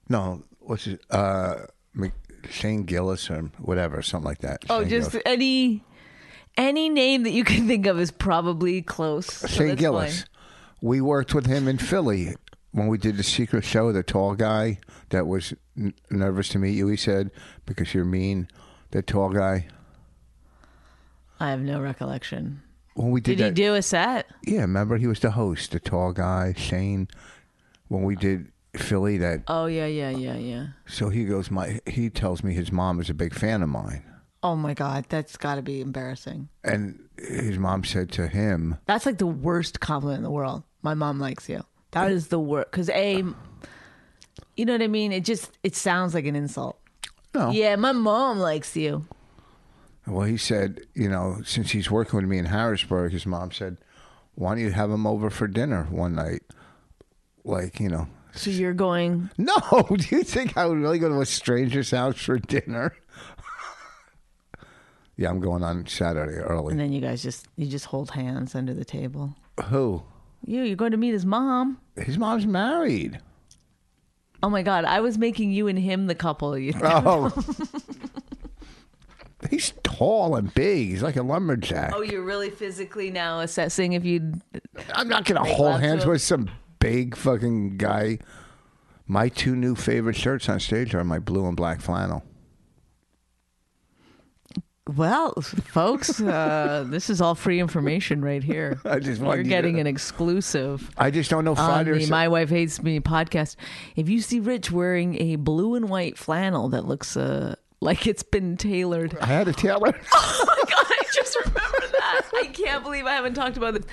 Speaker 2: No, what's his? Uh, Mc- Shane Gillis or whatever, something like that.
Speaker 3: Oh,
Speaker 2: Shane
Speaker 3: just
Speaker 2: Gillis.
Speaker 3: any any name that you can think of is probably close. So
Speaker 2: Shane
Speaker 3: that's
Speaker 2: Gillis.
Speaker 3: fine.
Speaker 2: We worked with him in Philly when we did the secret show, the tall guy that was n- nervous to meet you, he said, because you're mean, the tall guy.
Speaker 3: I have no recollection.
Speaker 2: When we did,
Speaker 3: Did he
Speaker 2: that,
Speaker 3: do a set?
Speaker 2: Yeah, remember he was the host, the tall guy, Shane. When we did Philly, that
Speaker 3: Oh yeah, yeah, yeah, yeah.
Speaker 2: so he goes, my he tells me his mom is a big fan of mine,
Speaker 3: Oh my god, that's got to be embarrassing.
Speaker 2: and his mom said to him,
Speaker 3: That's like the worst compliment in the world. My mom likes you. That is the worst. Because a, you know what I mean. It just it sounds like an insult.
Speaker 2: no,
Speaker 3: Yeah, my mom likes you.
Speaker 2: Well, he said, you know, since he's working with me in Harrisburg, his mom said, why don't you have him over for dinner one night? Like, you know,
Speaker 3: So you're going.
Speaker 2: no, do you think I would really go to a stranger's house for dinner? yeah, I'm going on Saturday
Speaker 3: And
Speaker 2: early.
Speaker 3: then you guys just you just hold hands under the table.
Speaker 2: Who?
Speaker 3: You you're going to meet his mom.
Speaker 2: His mom's married.
Speaker 3: Oh my god, I was making you and him the couple. You
Speaker 2: Oh. he's tall and big. He's like a lumberjack.
Speaker 3: Oh, you're really physically now assessing if you'd.
Speaker 2: I'm not gonna
Speaker 3: Make
Speaker 2: hold
Speaker 3: love to
Speaker 2: hands
Speaker 3: him.
Speaker 2: with some big fucking guy. My two new favorite shirts on stage are my blue and black flannel.
Speaker 3: Well, folks, uh, this is all free information right here.
Speaker 2: I just
Speaker 3: You're
Speaker 2: wanted you
Speaker 3: getting
Speaker 2: to-
Speaker 3: an exclusive
Speaker 2: I just don't know
Speaker 3: on
Speaker 2: Friday. or
Speaker 3: the
Speaker 2: Sa-
Speaker 3: My Wife Hates Me podcast. If you see Rich wearing a blue and white flannel that looks uh, like it's been tailored.
Speaker 2: I had a tailor.
Speaker 3: Oh my God, I just remember that. I can't believe I haven't talked about this.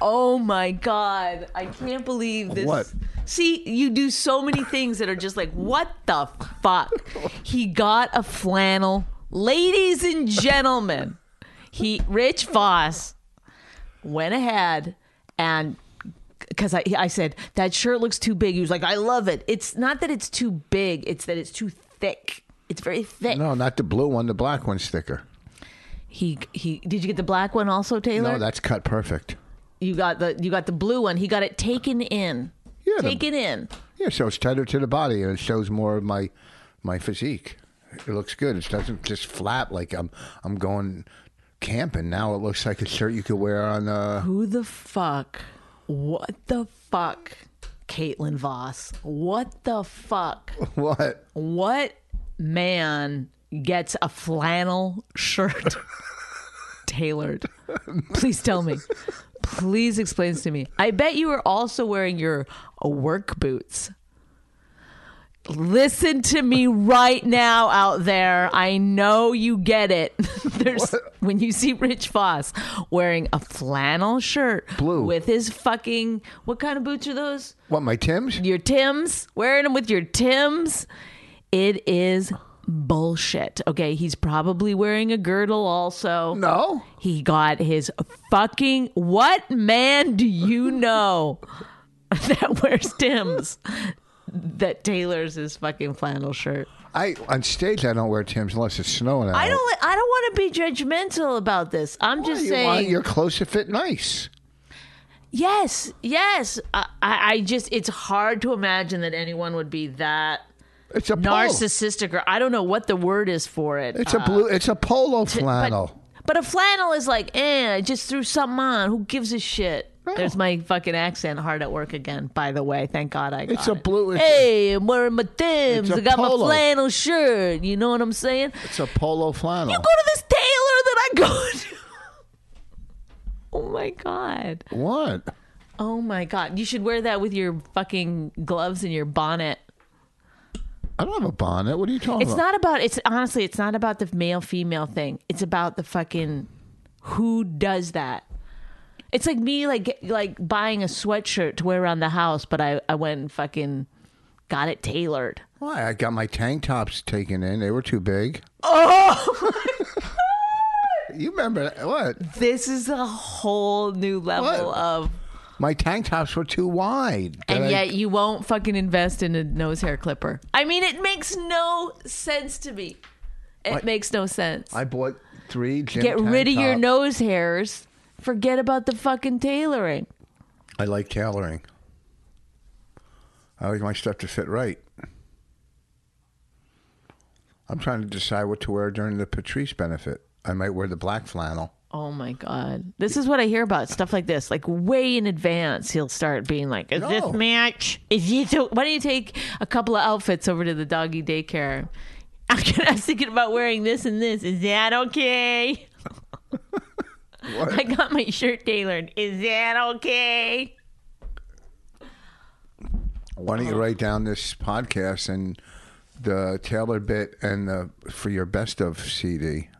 Speaker 3: Oh my God, I can't believe this.
Speaker 2: What?
Speaker 3: See, you do so many things that are just like, what the fuck? He got a flannel. Ladies and gentlemen, he, Rich Voss, went ahead and because I, I said that shirt looks too big. He was like, I love it. It's not that it's too big, it's that it's too thick. It's very thick.
Speaker 2: no, not the blue one. The black one's thicker.
Speaker 3: He he did you get the black one also, Taylor?
Speaker 2: No, that's cut perfect.
Speaker 3: you got the you got the blue one. He got it taken in.
Speaker 2: Yeah, the-
Speaker 3: taken in.
Speaker 2: Yeah, so it's tighter to the body and it shows more of my my physique. It looks good. It doesn't just flap like I'm I'm going camping. Now it looks like a shirt you could wear on uh
Speaker 3: Who the fuck? What the fuck? Caitlin Voss. What the fuck?
Speaker 2: what?
Speaker 3: What man gets a flannel shirt tailored? Please tell me. Please explain this to me. I bet you were also wearing your work boots. Listen to me right now out there. I know you get it. There's when you see Rich Foss wearing a flannel shirt
Speaker 2: Blue.
Speaker 3: with his fucking what kind of boots are those?
Speaker 2: What my Tim's?
Speaker 3: your Tim's, wearing them with your Tim's. It is bullshit. Okay, he's probably wearing a girdle also.
Speaker 2: No.
Speaker 3: He got his fucking what man do you know that wears Tim's that tailors his fucking flannel shirt?
Speaker 2: I on stage I don't wear Tim's unless it's snowing out.
Speaker 3: I don't li- I don't want to be judgmental about this. I'm just
Speaker 2: you
Speaker 3: saying
Speaker 2: want your clothes to fit nice.
Speaker 3: Yes, yes. I, I I just it's hard to imagine that anyone would be that
Speaker 2: It's a
Speaker 3: narcissistic or I don't know what the word is for it.
Speaker 2: Polo.
Speaker 3: Uh,
Speaker 2: It's a blue. It's a polo flannel.
Speaker 3: But a flannel is like, eh, I just threw something on. Who gives a shit?
Speaker 2: Oh.
Speaker 3: There's my fucking accent hard at work again, by the way. Thank God I got
Speaker 2: It's a
Speaker 3: it.
Speaker 2: blue- it's a-
Speaker 3: Hey, I'm wearing my Tim's.
Speaker 2: It's a
Speaker 3: I got
Speaker 2: polo.
Speaker 3: my flannel shirt. You know what I'm saying?
Speaker 2: It's a polo flannel.
Speaker 3: You go to this tailor that I go to. oh my God.
Speaker 2: what?
Speaker 3: Oh my God. You should wear that with your fucking gloves and your bonnet.
Speaker 2: I don't have a bonnet. What are you talking
Speaker 3: It's
Speaker 2: about?
Speaker 3: not about it's honestly it's not about the male female thing. It's about the fucking who does that. It's like me like get- like buying a sweatshirt to wear around the house, but I I went and fucking got it tailored.
Speaker 2: Why? I got my tank tops taken in. They were too big. Oh. you remember that- what?
Speaker 3: This is a whole new level
Speaker 2: What?
Speaker 3: of
Speaker 2: My tank tops were too wide. That
Speaker 3: and
Speaker 2: I-
Speaker 3: yet you won't fucking invest in a nose hair clipper. I mean, it makes no sense to me. It makes no sense.
Speaker 2: I bought three. Gym
Speaker 3: Get
Speaker 2: tank
Speaker 3: rid of your
Speaker 2: tops.
Speaker 3: nose hairs. Forget about the fucking tailoring.
Speaker 2: I like tailoring. I like my stuff to fit right. I'm trying to decide what to wear during the Patrice benefit. I might wear the black flannel.
Speaker 3: Oh my god. This is what I hear about stuff like this. Like way in advance he'll start being like, Is
Speaker 2: No.
Speaker 3: this match? Is you so why don't you take a couple of outfits over to the doggy daycare? I'm gonna- I was thinking about wearing this and this. Is that okay? I got my shirt tailored. Is that okay?
Speaker 2: Why don't you write down this podcast and the Taylor bit and the for your best of CD?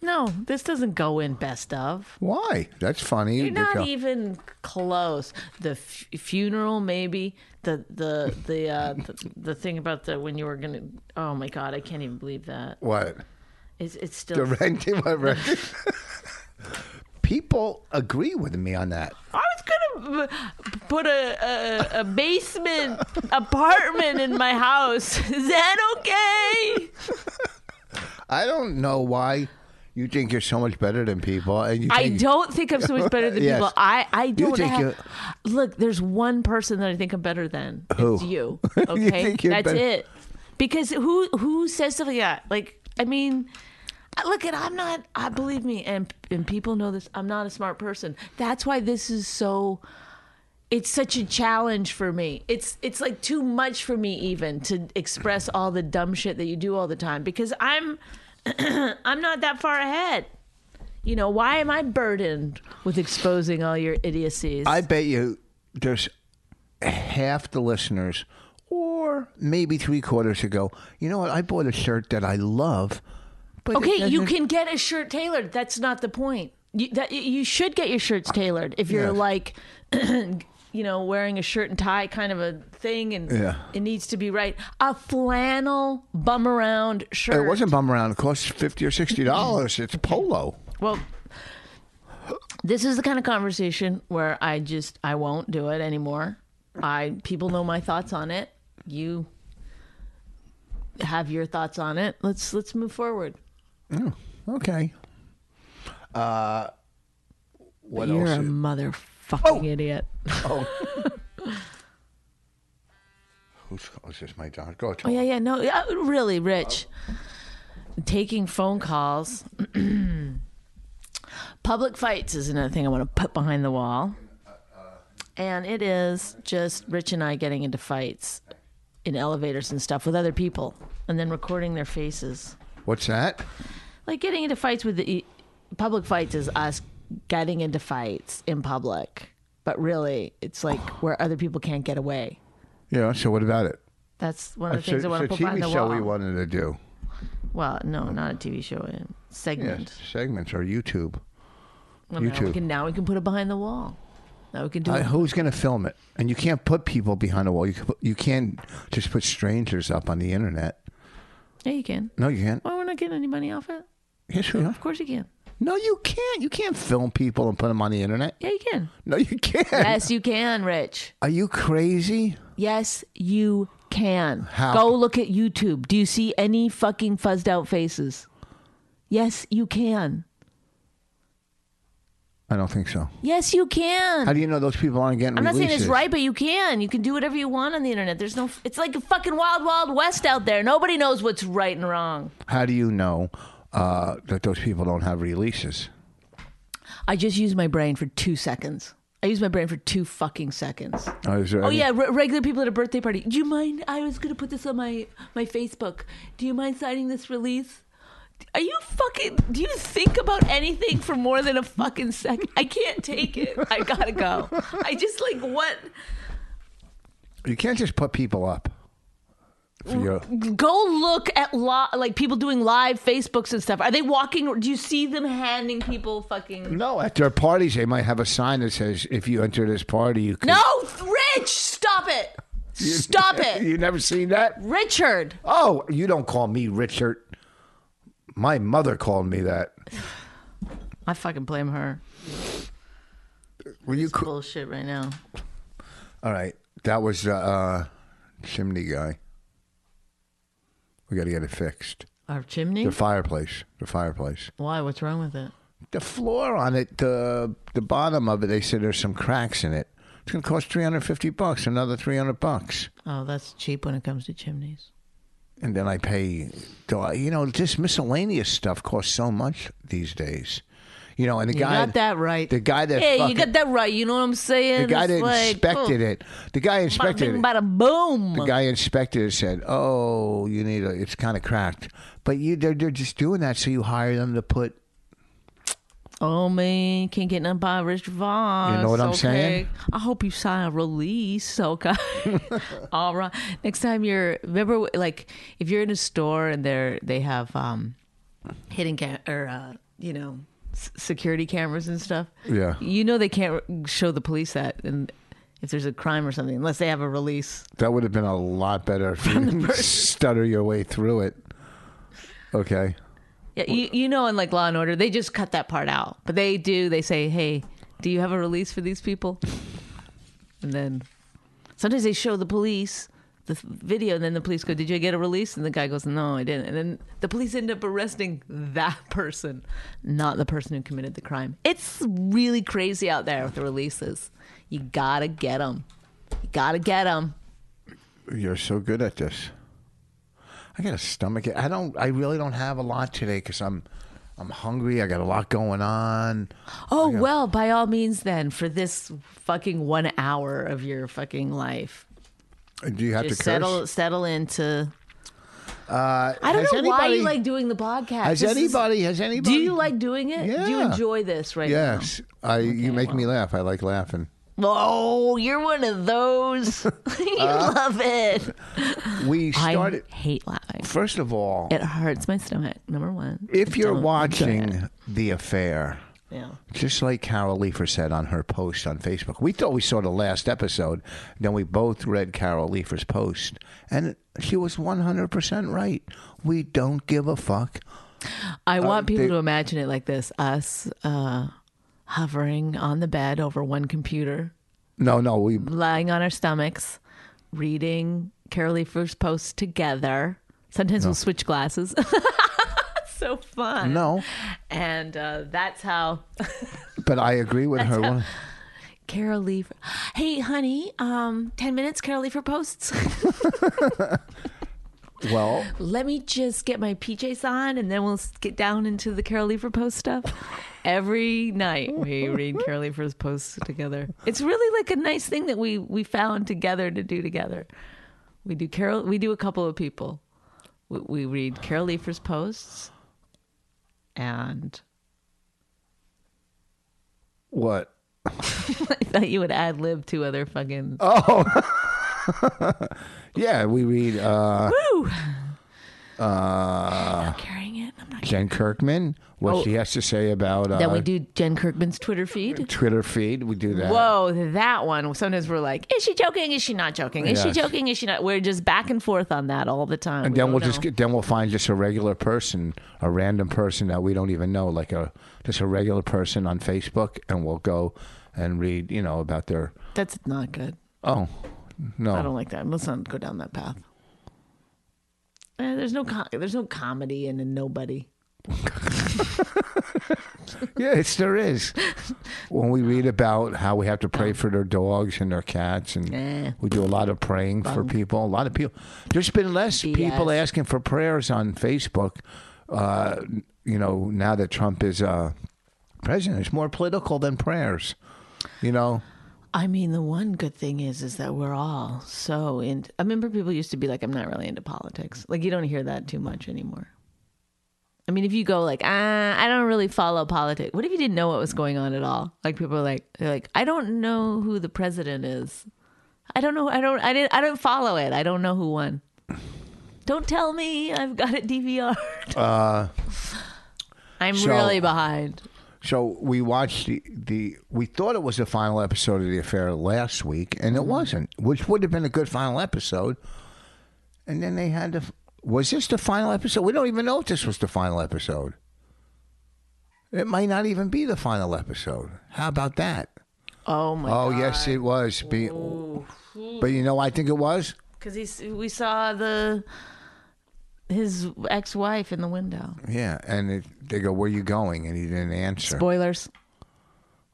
Speaker 3: No, this doesn't go in best of.
Speaker 2: Why? That's funny.
Speaker 3: You're
Speaker 2: The
Speaker 3: not
Speaker 2: Tal-
Speaker 3: even close. The f- funeral, maybe the the the, uh, the the thing about the when you were gonna. Oh my god, I can't even believe that.
Speaker 2: what?
Speaker 3: It's it's
Speaker 2: The
Speaker 3: still.
Speaker 2: renting? What renting? People agree with me on that.
Speaker 3: I was gonna b- put a, a a basement apartment in my house. Is that okay?
Speaker 2: I don't know why you think you're so much better than people, and you.
Speaker 3: I
Speaker 2: think-
Speaker 3: don't think I'm so much better than
Speaker 2: Yes.
Speaker 3: people. I, I don't
Speaker 2: think
Speaker 3: have.
Speaker 2: you're-
Speaker 3: Look, there's one person that I think I'm better than.
Speaker 2: Who?
Speaker 3: It's you.
Speaker 2: You
Speaker 3: Okay,
Speaker 2: think you're
Speaker 3: that's
Speaker 2: better-
Speaker 3: it. Because who who says stuff like that? Like, I mean, I- look, and I'm not. I believe me, and and people know this. I'm not a smart person. That's why this is so. It's such a challenge for me. It's it's like too much for me even to express all the dumb shit that you do all the time because I'm I'm not that far ahead. You know, why am I burdened with exposing all your idiocies?
Speaker 2: I bet you there's half the listeners, or maybe three quarters ago. You know what? I bought a shirt that I love. But it
Speaker 3: okay, you
Speaker 2: doesn't-
Speaker 3: can get a shirt tailored. That's not the point. You, that, you should get your shirts tailored if you're
Speaker 2: Yes.
Speaker 3: like, you know, wearing a shirt and tie kind of a thing, and
Speaker 2: Yeah.
Speaker 3: it needs to be right. A flannel bum around shirt.
Speaker 2: It wasn't bum around. It costs fifty or sixty dollars. It's polo.
Speaker 3: Well, this is the kind of conversation where I just I won't do it anymore. I people know my thoughts on it. You have your thoughts on it. Let's let's move forward.
Speaker 2: Okay. Uh, what
Speaker 3: You're a
Speaker 2: else? Oh!
Speaker 3: motherfucking idiot.
Speaker 2: Who's, oh, is this my dog? Go
Speaker 3: Oh
Speaker 2: to
Speaker 3: yeah, yeah. No, yeah, really, Rich. Taking phone calls. Public fights is another thing I want to put behind the wall. And it is just Rich and I getting into fights in elevators and stuff with other people and then recording their faces.
Speaker 2: What's that?
Speaker 3: Like getting into fights with the e, public fights is us getting into fights in public. But really, it's like where other people can't get away.
Speaker 2: Yeah. So what about it?
Speaker 3: That's one of the
Speaker 2: It's a-
Speaker 3: things I
Speaker 2: it's
Speaker 3: want
Speaker 2: a
Speaker 3: to put
Speaker 2: TV
Speaker 3: behind the
Speaker 2: show
Speaker 3: wall.
Speaker 2: we wanted to do.
Speaker 3: Well, no, not a TV show. A segment.
Speaker 2: Yes, segments or YouTube.
Speaker 3: Well, now
Speaker 2: YouTube.
Speaker 3: We can, now we can put it behind the wall. Now we can do
Speaker 2: Uh,
Speaker 3: it.
Speaker 2: who's going to film it? And you can't put people behind a wall. You can put, you can't just put strangers up on the internet.
Speaker 3: Yeah, you can.
Speaker 2: No, you can't.
Speaker 3: Why we're not getting any money off it?
Speaker 2: Yes, we are.
Speaker 3: Of course you can.
Speaker 2: No, you can't. You can't film people and put them on the internet.
Speaker 3: Yeah, you can.
Speaker 2: No, you can't.
Speaker 3: Yes, you can, Rich.
Speaker 2: Are you crazy?
Speaker 3: Yes, you can.
Speaker 2: How?
Speaker 3: Go look at YouTube. Do you see any fucking fuzzed out faces? Yes, you can.
Speaker 2: I don't think so.
Speaker 3: Yes, you can.
Speaker 2: How do you know those people aren't getting
Speaker 3: I'm not saying
Speaker 2: releases?
Speaker 3: it's right, but you can. You can do whatever you want on the internet. There's no. It's like a fucking wild, wild west out there. Nobody knows what's right and wrong.
Speaker 2: How do you know uh, that those people don't have releases?
Speaker 3: I just used my brain for two seconds. I used my brain for two fucking seconds.
Speaker 2: Oh, is there
Speaker 3: Oh
Speaker 2: any-
Speaker 3: yeah, re- regular people at a birthday party. Do you mind? I was gonna put this on my my Facebook. Do you mind signing this release? Are you fucking? Do you think about anything for more than a fucking second? I can't take it. I gotta go. I just like what?
Speaker 2: You can't just put people up. For
Speaker 3: Mm.
Speaker 2: your,
Speaker 3: Go look at lo- like people doing live Facebooks and stuff. Are they walking? Do you see them handing people fucking?
Speaker 2: no, at their parties they might have a sign that says, "If you enter this party, you can."
Speaker 3: No, Rich, stop it! Stop it,
Speaker 2: You never seen that?
Speaker 3: Richard.
Speaker 2: Oh, you don't call me Richard. My mother called me that.
Speaker 3: I fucking blame her.
Speaker 2: Were you? co-
Speaker 3: Bullshit right now.
Speaker 2: All right, that was the uh, chimney guy. We got to get it fixed.
Speaker 3: Our chimney?
Speaker 2: The fireplace. The fireplace.
Speaker 3: Why? What's wrong with it?
Speaker 2: The floor on it. The the bottom of it. They said there's some cracks in it. It's gonna cost three hundred fifty bucks. Another three hundred bucks.
Speaker 3: Oh, that's cheap when it comes to chimneys.
Speaker 2: and then I pay. You know, just miscellaneous stuff costs so much these days. You know, and the
Speaker 3: You
Speaker 2: guy
Speaker 3: got that right.
Speaker 2: The guy that
Speaker 3: yeah, you
Speaker 2: fucking-
Speaker 3: got that right. You know what I'm saying?
Speaker 2: the guy
Speaker 3: It's
Speaker 2: that
Speaker 3: like,
Speaker 2: inspected
Speaker 3: oh,
Speaker 2: it. The guy
Speaker 3: Bada
Speaker 2: inspected
Speaker 3: bing,
Speaker 2: it.
Speaker 3: bada boom.
Speaker 2: The guy inspected said, "Oh, you need a. It's kind of cracked, but you they're, they're just doing that so you hire them to put.
Speaker 3: Oh man, can't get nothing by Rich Vaughn.
Speaker 2: You know what I'm
Speaker 3: okay.
Speaker 2: saying?
Speaker 3: I hope you sign a release. Okay. All right. Next time you're remember like if you're in a store and they're they have um hidden cam or uh, you know s- security cameras and stuff.
Speaker 2: Yeah.
Speaker 3: You know they can't r- show the police that and if there's a crime or something unless they have a release.
Speaker 2: That would have been a lot better if you didn't stutter your way through it. Okay,
Speaker 3: Yeah, you, you know in like Law and Order they just cut that part out. But they do they say, "Hey, do you have a release for these people?" And then sometimes they show the police the video and then the police go, "Did you get a release?" And the guy goes, "No, I didn't." And then the police end up arresting that person, not the person who committed the crime. It's really crazy out there with the releases. You got to get them. You got to get them.
Speaker 2: you're so good at this. I got a stomach. I don't. I really don't have a lot today because I'm, I'm hungry. I got a lot going on.
Speaker 3: Oh, well, by all means then for this fucking 1 hour of your fucking life.
Speaker 2: Do you have
Speaker 3: just
Speaker 2: to curse?
Speaker 3: settle settle into.
Speaker 2: Uh,
Speaker 3: I don't
Speaker 2: has
Speaker 3: know why
Speaker 2: anybody-
Speaker 3: you like doing the podcast.
Speaker 2: Has
Speaker 3: This is-
Speaker 2: anybody? Has
Speaker 3: do
Speaker 2: anybody?
Speaker 3: you like doing it? Do you
Speaker 2: Yeah.
Speaker 3: enjoy this right
Speaker 2: Yes, I. you make me laugh. I like laughing.
Speaker 3: now? Oh, you're one of those. you
Speaker 2: Uh,
Speaker 3: love it.
Speaker 2: We
Speaker 3: I
Speaker 2: started.
Speaker 3: hate laughing.
Speaker 2: First of all,
Speaker 3: It hurts my stomach. Number one.
Speaker 2: if you're
Speaker 3: Don't enjoy it.
Speaker 2: watching The Affair,
Speaker 3: yeah.
Speaker 2: just like Carol Leifer said on her post on Facebook, we thought we saw the last episode. Then we both read Carol Leifer's post, and she was 100% right. We don't give a fuck.
Speaker 3: I want people
Speaker 2: uh, they-
Speaker 3: to imagine it like this: us uh, hovering on the bed over one computer,
Speaker 2: No, no, we.
Speaker 3: lying on our stomachs, reading Carol Leifer's posts together. Sometimes we'll switch glasses. so fun.
Speaker 2: No,
Speaker 3: And uh, that's how
Speaker 2: but I agree with her. one.
Speaker 3: Carol Leifer. Hey, honey, um, 10 minutes, Carol Leifer posts.
Speaker 2: Well,
Speaker 3: Let me just get my PJs on and then we'll s- get down into the Carol Leifer post stuff. Every night we read Carol Leifer's posts together. It's really like a nice thing that we, we found together to do together. We do Carol, we do a couple of people. We, we read Carol Leifer's posts and
Speaker 2: what?
Speaker 3: I thought you would ad lib two other fucking
Speaker 2: Yeah, we read uh,
Speaker 3: not carrying it. I'm not.
Speaker 2: Jen Kirkman, what
Speaker 3: Oh.
Speaker 2: she has to say about uh,
Speaker 3: Then we do Jen Kirkman's Twitter feed.
Speaker 2: Twitter feed. We do that.
Speaker 3: Whoa, that one. Sometimes we're like, is she joking? Is she not joking? Is she
Speaker 2: Yes.
Speaker 3: joking? Is she not? We're just back and forth on that all the time.
Speaker 2: And
Speaker 3: We
Speaker 2: then
Speaker 3: don't
Speaker 2: we'll just
Speaker 3: know.
Speaker 2: get, then we'll find just a regular person, a random person that we don't even know, like a just a regular person on Facebook, and we'll go and read, you know, about their
Speaker 3: That's not good.
Speaker 2: oh
Speaker 3: I
Speaker 2: no,
Speaker 3: don't like that. Let's not go down that path. Eh, there's no co- there's no comedy in a nobody.
Speaker 2: yes there is. when we read about how we have to pray for their dogs and their cats, and
Speaker 3: Eh.
Speaker 2: we do a lot of praying for people. A lot of people. There's been less people
Speaker 3: BS.
Speaker 2: asking for prayers on Facebook. Uh, you know, now that Trump is uh, president, it's more political than prayers. You know.
Speaker 3: I mean, the one good thing is, is that we're all so in. I remember people used to be like, "I'm not really into politics." Like, you don't hear that too much anymore. I mean, if you go like, "Ah, I don't really follow politics," what if you didn't know what was going on at all? Like, people are like, they're like, "I don't know who the president is. I don't know. I don't. I didn't. I don't follow it. I don't know who won." Don't tell me I've got it DVR. Uh, I'm
Speaker 2: so-
Speaker 3: really behind.
Speaker 2: So we watched the, the we thought it was the final episode of the affair last week, and it wasn't, which would have been a good final episode. And then they had to. Was this the final episode? We don't even know if this was the final episode. It might not even be the final episode. How about that?
Speaker 3: Oh my
Speaker 2: Oh yes, it was. Be, but you know, I think it was.
Speaker 3: Because he's we saw the his ex wife in the window.
Speaker 2: Yeah, and it, they go, "Where you going?" And he didn't answer.
Speaker 3: Spoilers.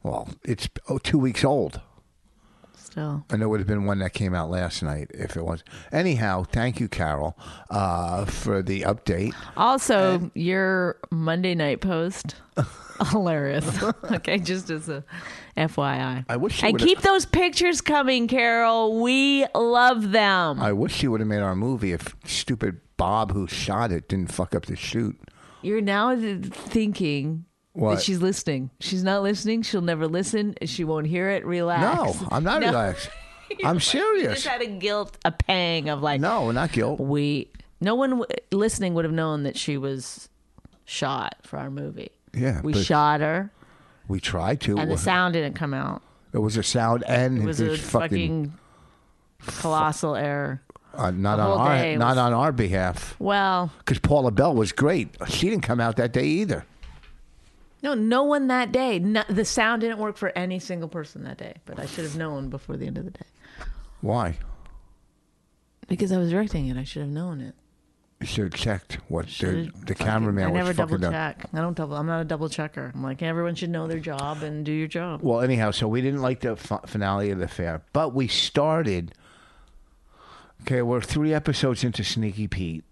Speaker 2: well, it's oh, two weeks old.
Speaker 3: Still,
Speaker 2: And there would have been one that came out last night if it was. Anyhow, thank you, Carol, uh, for the update.
Speaker 3: also your Monday night post, hilarious. okay, just as a FYI.
Speaker 2: I wish you
Speaker 3: and
Speaker 2: would've-
Speaker 3: keep those pictures coming, Carol. We love them.
Speaker 2: I wish she would have made our movie if stupid Bob who shot it didn't fuck up the shoot.
Speaker 3: You're now th- thinking
Speaker 2: What?
Speaker 3: that she's listening. She's not listening. She'll never listen. She won't hear it.
Speaker 2: No,
Speaker 3: Relax.
Speaker 2: I'm not
Speaker 3: No.
Speaker 2: relaxed. I'm
Speaker 3: You
Speaker 2: serious.
Speaker 3: just had a guilt, a pang of like,
Speaker 2: No, not guilt.
Speaker 3: we. No one w- listening would have known that she was shot for our movie.
Speaker 2: Yeah,
Speaker 3: we
Speaker 2: but-
Speaker 3: shot her,
Speaker 2: We tried to.
Speaker 3: and the sound didn't come out.
Speaker 2: it was a sound and
Speaker 3: It was a fucking, colossal error.
Speaker 2: uh, not
Speaker 3: the
Speaker 2: on
Speaker 3: whole
Speaker 2: our
Speaker 3: day
Speaker 2: not
Speaker 3: was-
Speaker 2: on our behalf
Speaker 3: Well,
Speaker 2: because Paula Bell was great. She didn't come out that day either.
Speaker 3: no, no one that day. No, the sound didn't work for any single person that day. But I should have known before the end of the day
Speaker 2: Why?
Speaker 3: because I was directing it. I should have known it.
Speaker 2: You should have checked what the,
Speaker 3: Should've
Speaker 2: the
Speaker 3: fucking-
Speaker 2: cameraman
Speaker 3: I
Speaker 2: was
Speaker 3: never double
Speaker 2: fucking done.
Speaker 3: check. I don't double. I'm not a double checker. I'm like everyone should know their job and do your job.
Speaker 2: Well, anyhow, so we didn't like the f- finale of the fair, but we started. Okay, we're three episodes into Sneaky Pete.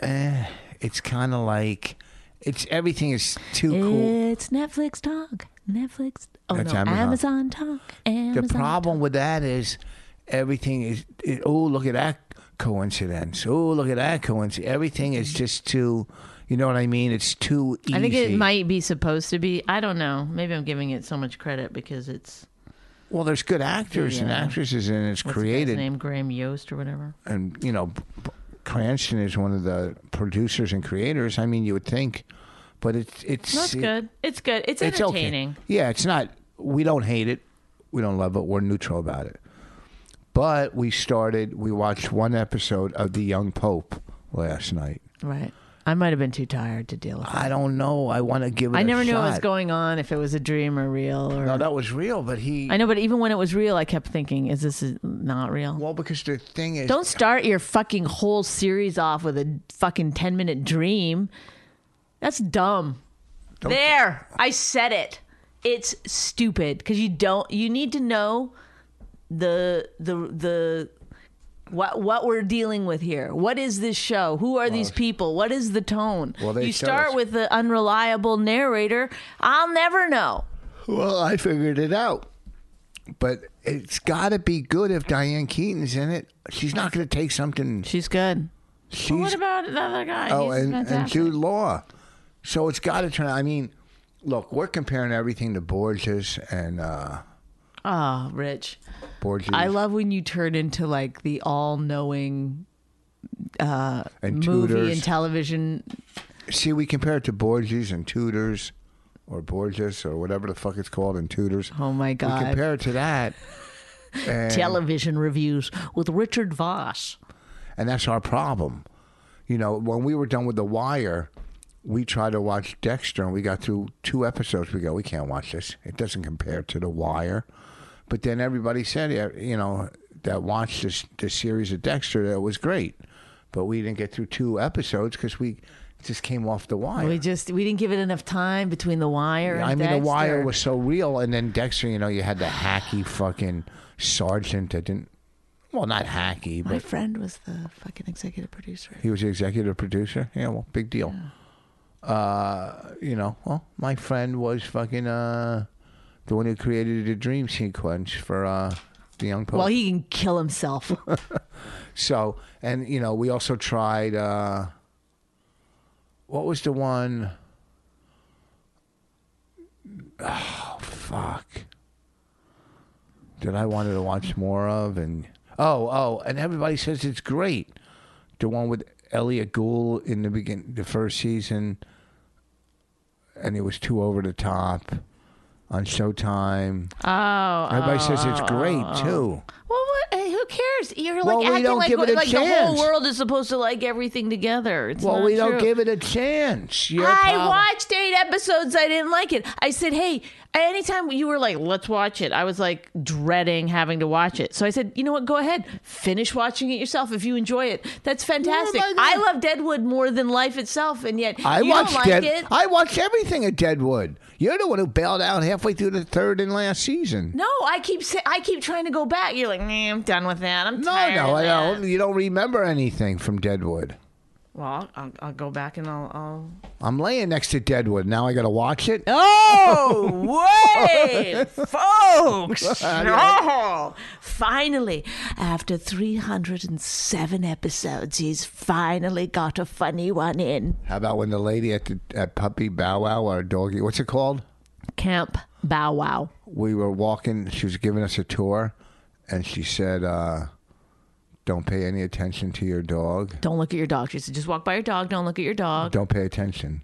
Speaker 2: Eh, it's kind of like it's everything is too cool.
Speaker 3: It's Netflix talk. Netflix. Oh
Speaker 2: That's
Speaker 3: no,
Speaker 2: Amazon.
Speaker 3: Amazon, talk. Amazon.
Speaker 2: The problem with that is everything is. It, oh, look at that coincidence. Oh, look at that coincidence. Everything is just too. You know what I mean? It's too easy.
Speaker 3: I think it might be supposed to be. I don't know. Maybe I'm giving it so much credit because it's
Speaker 2: Well, there's good actors and
Speaker 3: Yeah.
Speaker 2: actresses, and it's
Speaker 3: what's
Speaker 2: created.
Speaker 3: His name Graham Yost or whatever.
Speaker 2: and you know, B- B- Cranston is one of the producers and creators. I mean, you would think, but it's it's
Speaker 3: No, it's good. It's good. It's
Speaker 2: It's
Speaker 3: entertaining.
Speaker 2: okay. Yeah, it's not. We don't hate it. We don't love it. We're neutral about it. But we started. We watched one episode of The Young Pope last night.
Speaker 3: Right. I might have been too tired to deal with it.
Speaker 2: I don't know. I want to give it.
Speaker 3: I
Speaker 2: a
Speaker 3: never knew what was
Speaker 2: shot.
Speaker 3: going on, if it was a dream or real or
Speaker 2: No, that was real. But he.
Speaker 3: I know, but even when it was real, I kept thinking, is this not real?
Speaker 2: well, because the thing is,
Speaker 3: Don't start your fucking whole series off with a fucking 10 minute dream. That's dumb. there. I said it. It's stupid cuz you don't you need to know the the the what what we're dealing with here. What is this show? Who are these people? What is the tone?
Speaker 2: Well, they
Speaker 3: you
Speaker 2: showed
Speaker 3: start
Speaker 2: us.
Speaker 3: with the unreliable narrator. I'll never know.
Speaker 2: Well, I figured it out. But it's got to be good if Diane Keaton's in it. She's not going to take something.
Speaker 3: She's good.
Speaker 2: She's,
Speaker 3: what about the other guy?
Speaker 2: oh,
Speaker 3: He's
Speaker 2: and, and
Speaker 3: fantastic.
Speaker 2: Jude Law. So it's got to turn. I mean, look, we're comparing everything to Borges and uh,
Speaker 3: oh, Rich.
Speaker 2: Borges.
Speaker 3: I love when you turn into like the all-knowing uh,
Speaker 2: and
Speaker 3: movie
Speaker 2: Tudors.
Speaker 3: and television.
Speaker 2: See, we compare it to Borges and Tudors, or Borges, or whatever the fuck it's called, and Tudors.
Speaker 3: Oh my
Speaker 2: We
Speaker 3: God.
Speaker 2: compare it to that. and-
Speaker 3: Television reviews with Richard Voss.
Speaker 2: and that's our problem. You know, when we were done with The Wire, we tried to watch Dexter, and we got through two episodes. We go, we can't watch this. It doesn't compare to The Wire. But then everybody said, yeah, you know, that watched this this series of Dexter that it was great, but we didn't get through two episodes because we just came off The Wire.
Speaker 3: We just we didn't give it enough time between The Wire.
Speaker 2: I
Speaker 3: and
Speaker 2: mean, The
Speaker 3: Dexter.
Speaker 2: Wire was so real, and then Dexter, you know, you had the hacky fucking sergeant that didn't. Well, not hacky,
Speaker 3: My
Speaker 2: but
Speaker 3: friend was the fucking executive producer.
Speaker 2: He was the executive producer. Yeah, well, big deal. Uh, you know, well, my friend was fucking uh, the one who created the dream sequence for uh, the young poet.
Speaker 3: Well, he can kill himself.
Speaker 2: so, and you know, we also tried. Uh, what was the one? Oh fuck! That I wanted to watch more of, and oh, oh, and everybody says it's great. the one with Elliot Gould in the begin the first season, and it was too over the top on Showtime.
Speaker 3: Oh,
Speaker 2: Everybody
Speaker 3: oh,
Speaker 2: says it's
Speaker 3: oh,
Speaker 2: great
Speaker 3: oh, oh.
Speaker 2: too.
Speaker 3: Well, what? hey, Who cares? You're like
Speaker 2: Well, we
Speaker 3: acting
Speaker 2: don't
Speaker 3: like,
Speaker 2: give it a
Speaker 3: like the whole
Speaker 2: chance.
Speaker 3: world is supposed to like everything together. It's
Speaker 2: Well,
Speaker 3: not
Speaker 2: we don't
Speaker 3: true.
Speaker 2: give it a chance. Your
Speaker 3: I
Speaker 2: problem.
Speaker 3: watched eight episodes. I didn't like it. I said, "Hey, Anytime you were like, let's watch it, I was like dreading having to watch it. So I said, you know what? Go ahead. Finish watching it yourself. If you enjoy it, that's fantastic.
Speaker 2: am I
Speaker 3: I
Speaker 2: gonna-
Speaker 3: love Deadwood more than life itself. And yet,
Speaker 2: I
Speaker 3: you
Speaker 2: watched
Speaker 3: don't like
Speaker 2: Dead.
Speaker 3: it.
Speaker 2: I watched everything at Deadwood. You're the one who bailed out halfway through the third and last season.
Speaker 3: no, I keep say- I keep trying to go back. You're like, nah, I'm done with that. I'm
Speaker 2: No,
Speaker 3: tired
Speaker 2: no,
Speaker 3: of
Speaker 2: I
Speaker 3: that."
Speaker 2: don't. You don't remember anything from Deadwood.
Speaker 3: Well, I'll, I'll go back and I'll. I'll...
Speaker 2: I'm laying next to Deadwood. Now I got to watch it.
Speaker 3: Oh, wait, folks. No. Finally, after 307 episodes, he's finally got a funny one in.
Speaker 2: How about when the lady at the, at Puppy Bow Wow or Doggy, what's it called?
Speaker 3: Camp Bow Wow.
Speaker 2: We were walking. She was giving us a tour, and she said, uh, "Don't pay any attention to your dog.
Speaker 3: Don't look at your dog. She said, just walk by your dog. Don't look at your dog.
Speaker 2: Don't pay attention."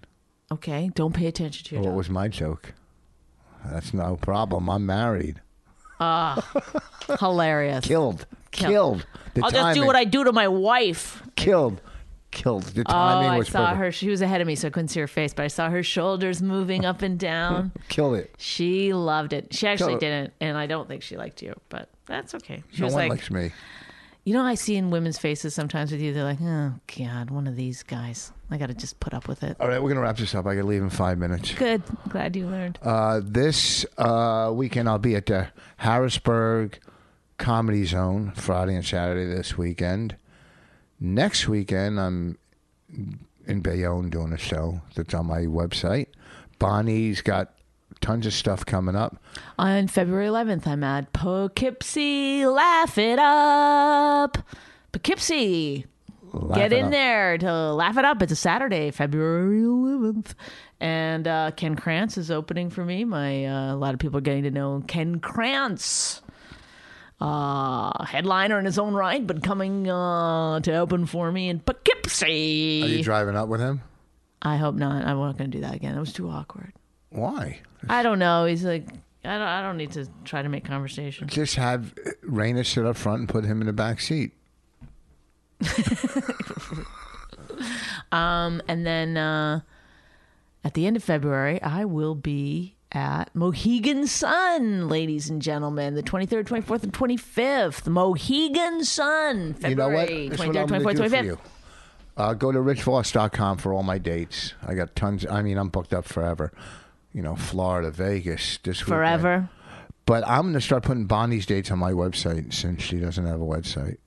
Speaker 3: Okay. Don't pay attention to your
Speaker 2: What
Speaker 3: dog.
Speaker 2: was my joke? That's no problem. I'm married.
Speaker 3: Hilarious.
Speaker 2: Killed.
Speaker 3: Killed.
Speaker 2: Killed. Oh. The
Speaker 3: I'll just do
Speaker 2: timing-
Speaker 3: what I do to my wife.
Speaker 2: killed. Killed. The
Speaker 3: Oh,
Speaker 2: timing
Speaker 3: I
Speaker 2: was
Speaker 3: saw
Speaker 2: perfect.
Speaker 3: her. She was ahead of me, so I couldn't see her face, but I saw her shoulders moving up and down.
Speaker 2: Kill it.
Speaker 3: She loved it. She actually
Speaker 2: Tell-
Speaker 3: didn't, and I don't think she liked you, but that's okay. She
Speaker 2: no
Speaker 3: was
Speaker 2: one
Speaker 3: like,
Speaker 2: likes me.
Speaker 3: you know, I see in women's faces sometimes with you, they're like, oh god, one of these guys. I got to just put up with it.
Speaker 2: All right, we're gonna wrap this up. I can leave in five minutes.
Speaker 3: Good. Glad you learned.
Speaker 2: Uh, this uh, weekend, I'll be at the Harrisburg Comedy Zone Friday and Saturday this weekend. Next weekend, I'm in Bayonne doing a show that's on my website. Bonnie's got tons of stuff coming up.
Speaker 3: On February 11th, I'm at Poughkeepsie. Laugh it up, Poughkeepsie.
Speaker 2: Laugh
Speaker 3: Get
Speaker 2: it
Speaker 3: in
Speaker 2: up.
Speaker 3: there to laugh it up. It's a Saturday, February 11th, and uh, Ken Krantz is opening for me. My uh, a lot of people are getting to know Ken Krantz, uh, headliner in his own right, but coming uh, to open for me in Poughkeepsie.
Speaker 2: Are you driving up with him?
Speaker 3: I hope not. I'm not going to do that again. That was too awkward.
Speaker 2: Why?
Speaker 3: I don't know. He's like, I don't. I don't need to try to make conversation.
Speaker 2: Just have Raina sit up front and put him in the back seat.
Speaker 3: Um, And then uh, at the end of February, I will be at Mohegan Sun, ladies and gentlemen, the 23rd, 24th, and 25th. Mohegan Sun,
Speaker 2: You know what?
Speaker 3: February
Speaker 2: This is what
Speaker 3: 23rd,
Speaker 2: I'm gonna
Speaker 3: 24th,
Speaker 2: do for
Speaker 3: 25th.
Speaker 2: you. Uh, go to richvoss.com for all my dates. I got tons. I mean, I'm booked up forever. You know, Florida, Vegas, this weekend.
Speaker 3: Forever.
Speaker 2: But I'm going to start putting Bonnie's dates on my website since she doesn't have a website.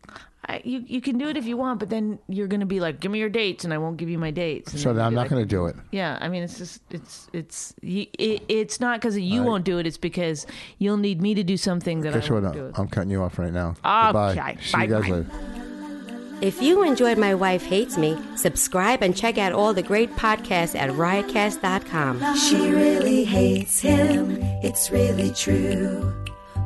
Speaker 3: I, you, you can do it if you want, but then you're going to be like, give me your dates, and I won't give you my dates. And
Speaker 2: So
Speaker 3: then
Speaker 2: then
Speaker 3: you'll
Speaker 2: I'm
Speaker 3: be
Speaker 2: not
Speaker 3: like-
Speaker 2: going to do it.
Speaker 3: Yeah, I mean, it's just it's it's y- it, it's not because you won't do it. It's because you'll need me to do something that
Speaker 2: Guess
Speaker 3: I
Speaker 2: what?
Speaker 3: won't do. It.
Speaker 2: I'm cutting you off right now. Goodbye.
Speaker 3: Okay.
Speaker 2: See you guys
Speaker 3: Bye-bye.
Speaker 2: later.
Speaker 4: If you enjoyed My Wife Hates Me, subscribe and check out all the great podcasts at riotcast.com.
Speaker 1: She really hates him, it's really true.